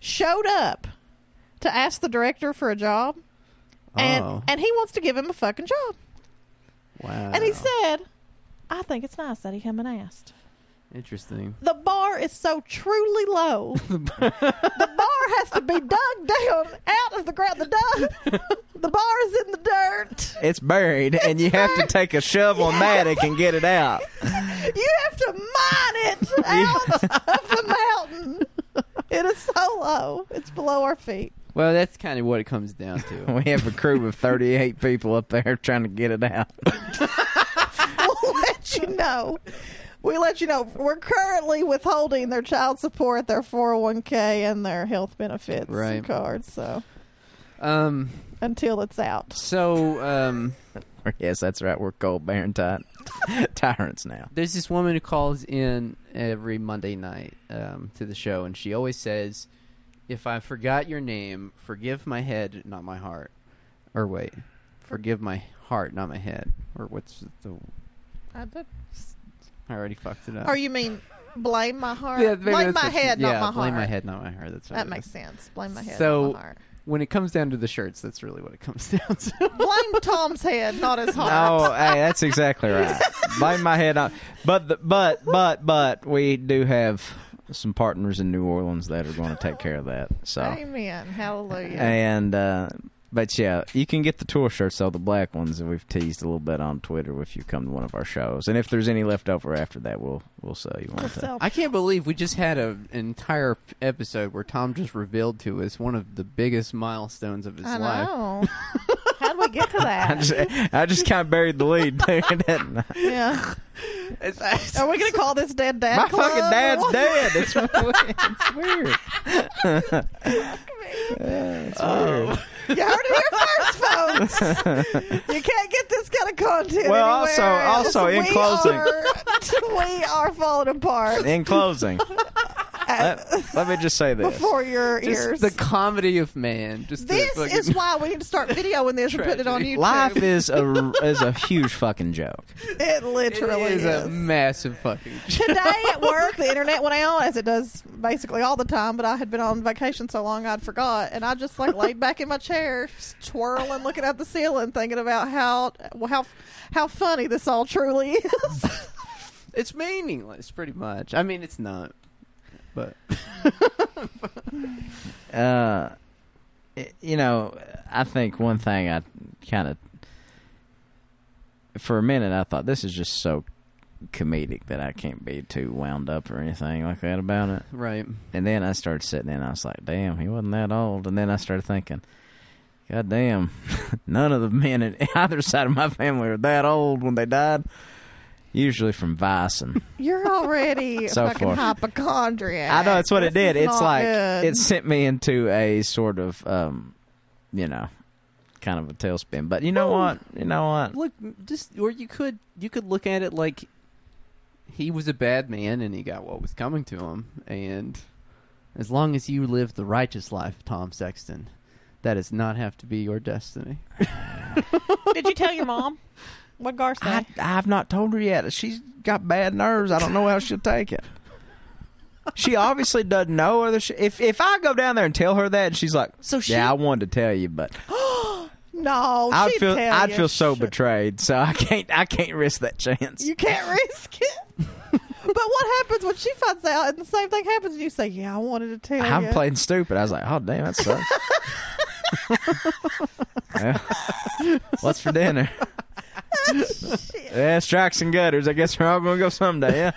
showed up to ask the director for a job, and
Oh.
and he wants to give him a fucking job,
Wow.
and he said, "I think it's nice that he come and asked."
Interesting.
The bar is so truly low. the bar has to be dug down out of the ground. The dug, the bar is in the dirt.
It's buried, and you have to take a shovel and mattock and get it out.
You have to mine it out of the mountain. It is so low. It's below our feet.
Well, that's kind of what it comes down to.
We have a crew of 38 people up there trying to get it out.
We'll let you know. We let you know. We're currently withholding their child support, their 401k, and their health benefits
Right.
cards. So
um.
until it's out.
So, um.
Yes, that's right. We're cold, barren, ty- tyrants now.
there's this woman who calls in every Monday night um, to the show, and she always says, "If I forgot your name, forgive my head, not my heart." Or wait, forgive my heart, not my head. Or what's the? I already fucked it up.
Or you mean blame my heart?
Yeah, maybe
blame
that's
my
what she-
head,
yeah,
not my heart.
Blame my head, not my heart. That's what
That
it
makes
is.
sense. Blame my head,
So-
not my heart.
When it comes down to the shirts, that's really what it comes down to.
Blame Tom's head, not his heart.
No, hey, that's exactly right. Blame my head on. But the, but but but we do have some partners in New Orleans that are going to take care of that. So
Amen. Hallelujah.
and uh, but yeah, you can get the tour shirts though, the black ones that we've teased a little bit on Twitter if you come to one of our shows. And if there's any left over after that, we'll we'll sell you one. too.
So,
I can't believe we just had a, an entire episode where Tom just revealed to us one of the biggest milestones of his
I
life.
know. How do we get to
I
that?
just, I just kind of buried the lead, dude. didn't I?
yeah. Are we going to call this dead dad?
My
Club?
fucking dad's
What?
dead. It's
it's weird.
Oh. You heard it here first, folks. you can't get this kind of content.
Well, also-
anywhere else.
also in
We
closing-
are- we are falling apart
In closing, let, let me just say this.
before your ears.
Just the comedy of man. Just the
This
fucking-
is why we need to start videoing this and putting it on
Tragedy.
YouTube.
Life is a is a huge fucking joke.
It literally
it is,
is.
a massive fucking.
Today at work, the internet went out as it does basically all the time. But I had been on vacation so long I'd forgot, and I just like laid back in my chair, just twirling, looking at the ceiling, thinking about how well, how how funny this all truly is.
It's meaningless, pretty much. I mean, it's not. But
Uh, it- you know, I think one thing I kind of for a minute I thought this is just so comedic that I can't be too wound up or anything like that about it.
right,
And then I started sitting in. I was like, "Damn, he wasn't that old." And then I started thinking, "God damn, none of the men at either side of my family are that old when they died. Usually from vice and
You're already
So
fucking
far.
hypochondriac.
I know that's what it
This
did.
is
It's
not
like
good.
it sent me into a sort of, um, you know, kind of a tailspin. But you know what? You know what?
look, just or you could you could look at it like he was a bad man and he got what was coming to him, and as long as you live the righteous life, Tom Sexton, that does not have to be your destiny.
Did you tell your mom what Gar
I I've not told her yet. She's got bad nerves. I don't know how she'll take it. She obviously doesn't know whether she, if if I go down there and tell her that, and she's like,
So she-
"Yeah, I wanted to tell you, but
No,
I'd
she'd
feel
tell
I'd
you.
feel so
Sh-
betrayed, so I can't I can't risk that chance."
You can't risk it. but what happens when she finds out and the same thing happens and you say, Yeah, I wanted to tell
I'm
you.
playing stupid. I was like, oh damn, that sucks. Yeah. What's for dinner? Yeah, strikes and gutters. I guess we're all gonna go someday. Yeah,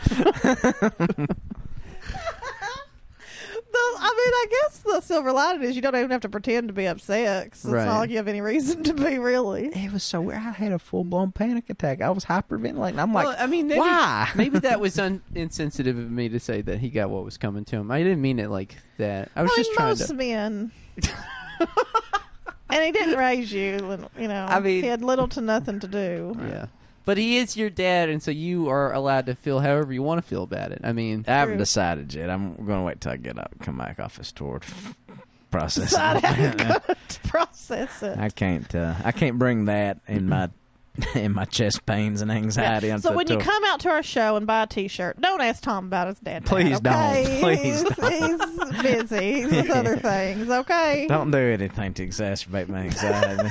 The- I mean, I guess the silver lining is you don't even have to pretend to be upset. 'cause It's
Right.
not like you have any reason to be, really.
It was so weird. I had a full blown panic attack. I was hyperventilating. I'm like,
well, I mean, maybe,
why?
maybe that was un- insensitive of me to say that he got what was coming to him. I didn't mean it like that. I was
I mean,
just trying
most
to.
men. and he didn't raise you, little- you know.
I mean-
he had little to nothing to do.
Yeah. But he is your dad, and so you are allowed to feel however you want to feel about it. I mean,
I haven't
True.
decided yet. I'm going to wait till I get up, come back off this tour, process.
Decide how
it.
to go to process it.
I can't. Uh, I can't bring that in my in my chest pains and anxiety.
Yeah.
onto
So
the
when you
tour.
come out to our show and buy a T-shirt, don't ask Tom about his dad.
Please don't.
okay?
Please
he's, he's busy. He's with other things. Okay.
don't do anything to exacerbate my anxiety.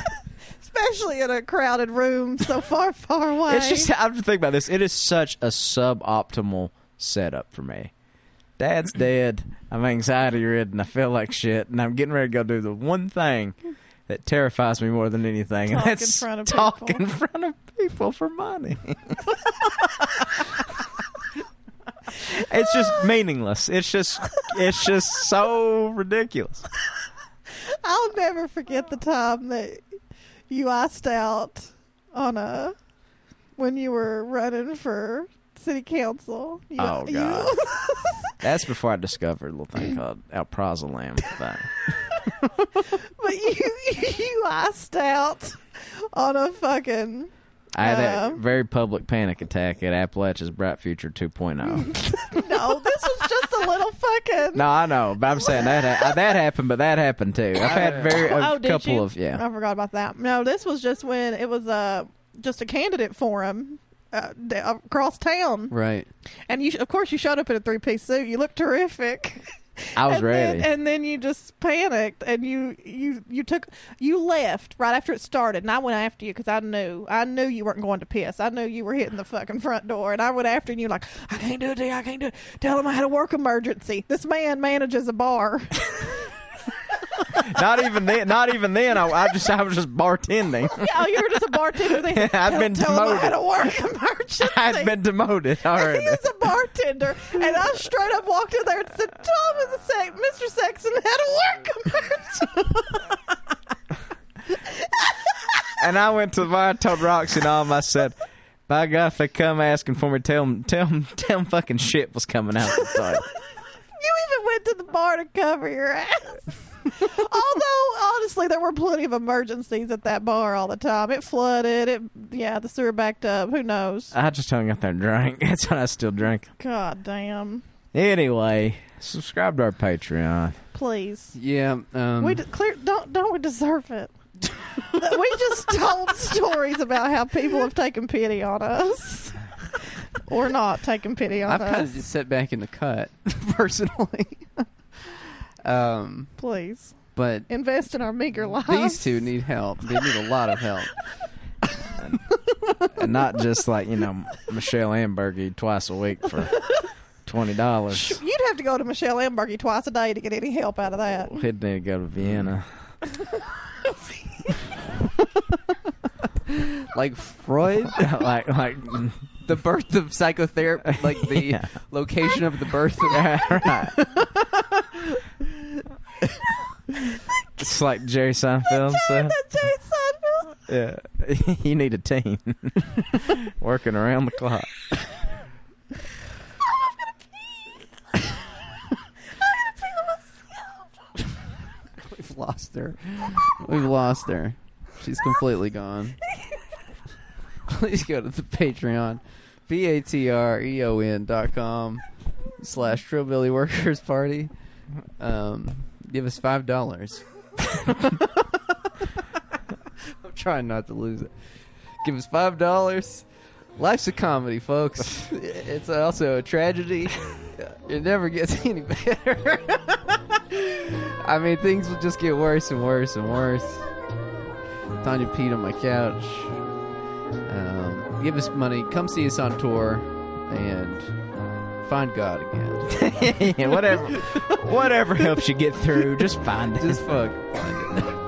Especially in a crowded room so far, far away.
it's just. I'm just thinking about this. It is such a suboptimal setup for me. Dad's dead. I'm anxiety ridden. I feel like shit, and I'm getting ready to go do the one thing that terrifies me more than anything,
Talk
and
in
that's
front of
talk
people.
in front of people for money. it's just meaningless. It's just it's just so ridiculous.
I'll never forget the time that you iced out on a when you were running for city council. You,
Oh,
you-
God. That's before I discovered a little thing called alprazolam. But
but you you iced out on a fucking
I had
Yeah.
a very public panic attack at Appalachia's Bright Future 2.0.
no. This was just a little fucking.
no, I know, but I'm saying that ha- that happened, but that happened too. I've had very a
Oh, did
couple
you?
of yeah.
I forgot about that. No, this was just when it was uh, just a candidate forum uh, d- across town,
right.
and you sh- of course you showed up in a three piece suit. You looked terrific.
I was
and
ready.
Then, and then you just panicked, and you you you took you left right after it started, and I went after you because I knew I knew you weren't going to piss. I knew you were hitting the fucking front door, and I went after you. and You're like, I can't do it. Dee, I can't do it. Tell him I had a work emergency. This man manages a bar.
not even then. Not even then. I, I just I was just bartending.
oh, you were just a bartender. They said,
I've
"Tell-
been
tell him I had
demoted.
a work emergency.
I'd been demoted
he
already.
was a bartender, and I straight up walked in there and said, "Tom is a sex, Mr. Sexton had a work emergency."
and I went to the bar. I told Roxy and all. 'em, I said, "By God, if they come asking for me, tell them, tell them, tell them, fucking shit was coming out." the toilet."
You even went to the bar to cover your ass. Although honestly, there were plenty of emergencies at that bar all the time. It flooded. It yeah, the sewer backed up. Who knows?
I just hung out there and drank. That's what I still drink.
God damn!
Anyway, subscribe to our Patreon.
Please,
Yeah. Um,
we d- clear don't don't we deserve it? we just told stories about how people have taken pity on us, or not taking pity on
I've
us.
kind of just set back in the cut personally. um,
Please
but
invest in our meager lives.
these two need help. They need a lot of help.
and not just like you know Michelle Ambergy twice a week for twenty
Sh-
dollars.
You'd have to go to Michelle Ambergy twice a day to get any help out of that.
He'd need to go to Vienna.
Like Freud,
like like
the birth of psychotherapy, like the
Yeah.
location of the birth of
right. it's like Jerry Seinfeld said.
That Jay Seinfeld.
Yeah, you need a team working around the clock.
I'm gonna pee. I'm gonna pee on myself.
We've lost her. We've lost her. She's completely gone. Please go to the Patreon, p a t r e o n dot com slash Trillbilly Workers Party. Um, give us five dollars. I'm trying not to lose it. Give us five dollars. Life's a comedy, folks. It's also a tragedy. It never gets any better. I mean, things will just get worse and worse and worse. Tanya peed on my couch. Um, give us money. Come see us on tour and find God again.
yeah, whatever, whatever helps you get through. Just find it.
Just fuck, find it.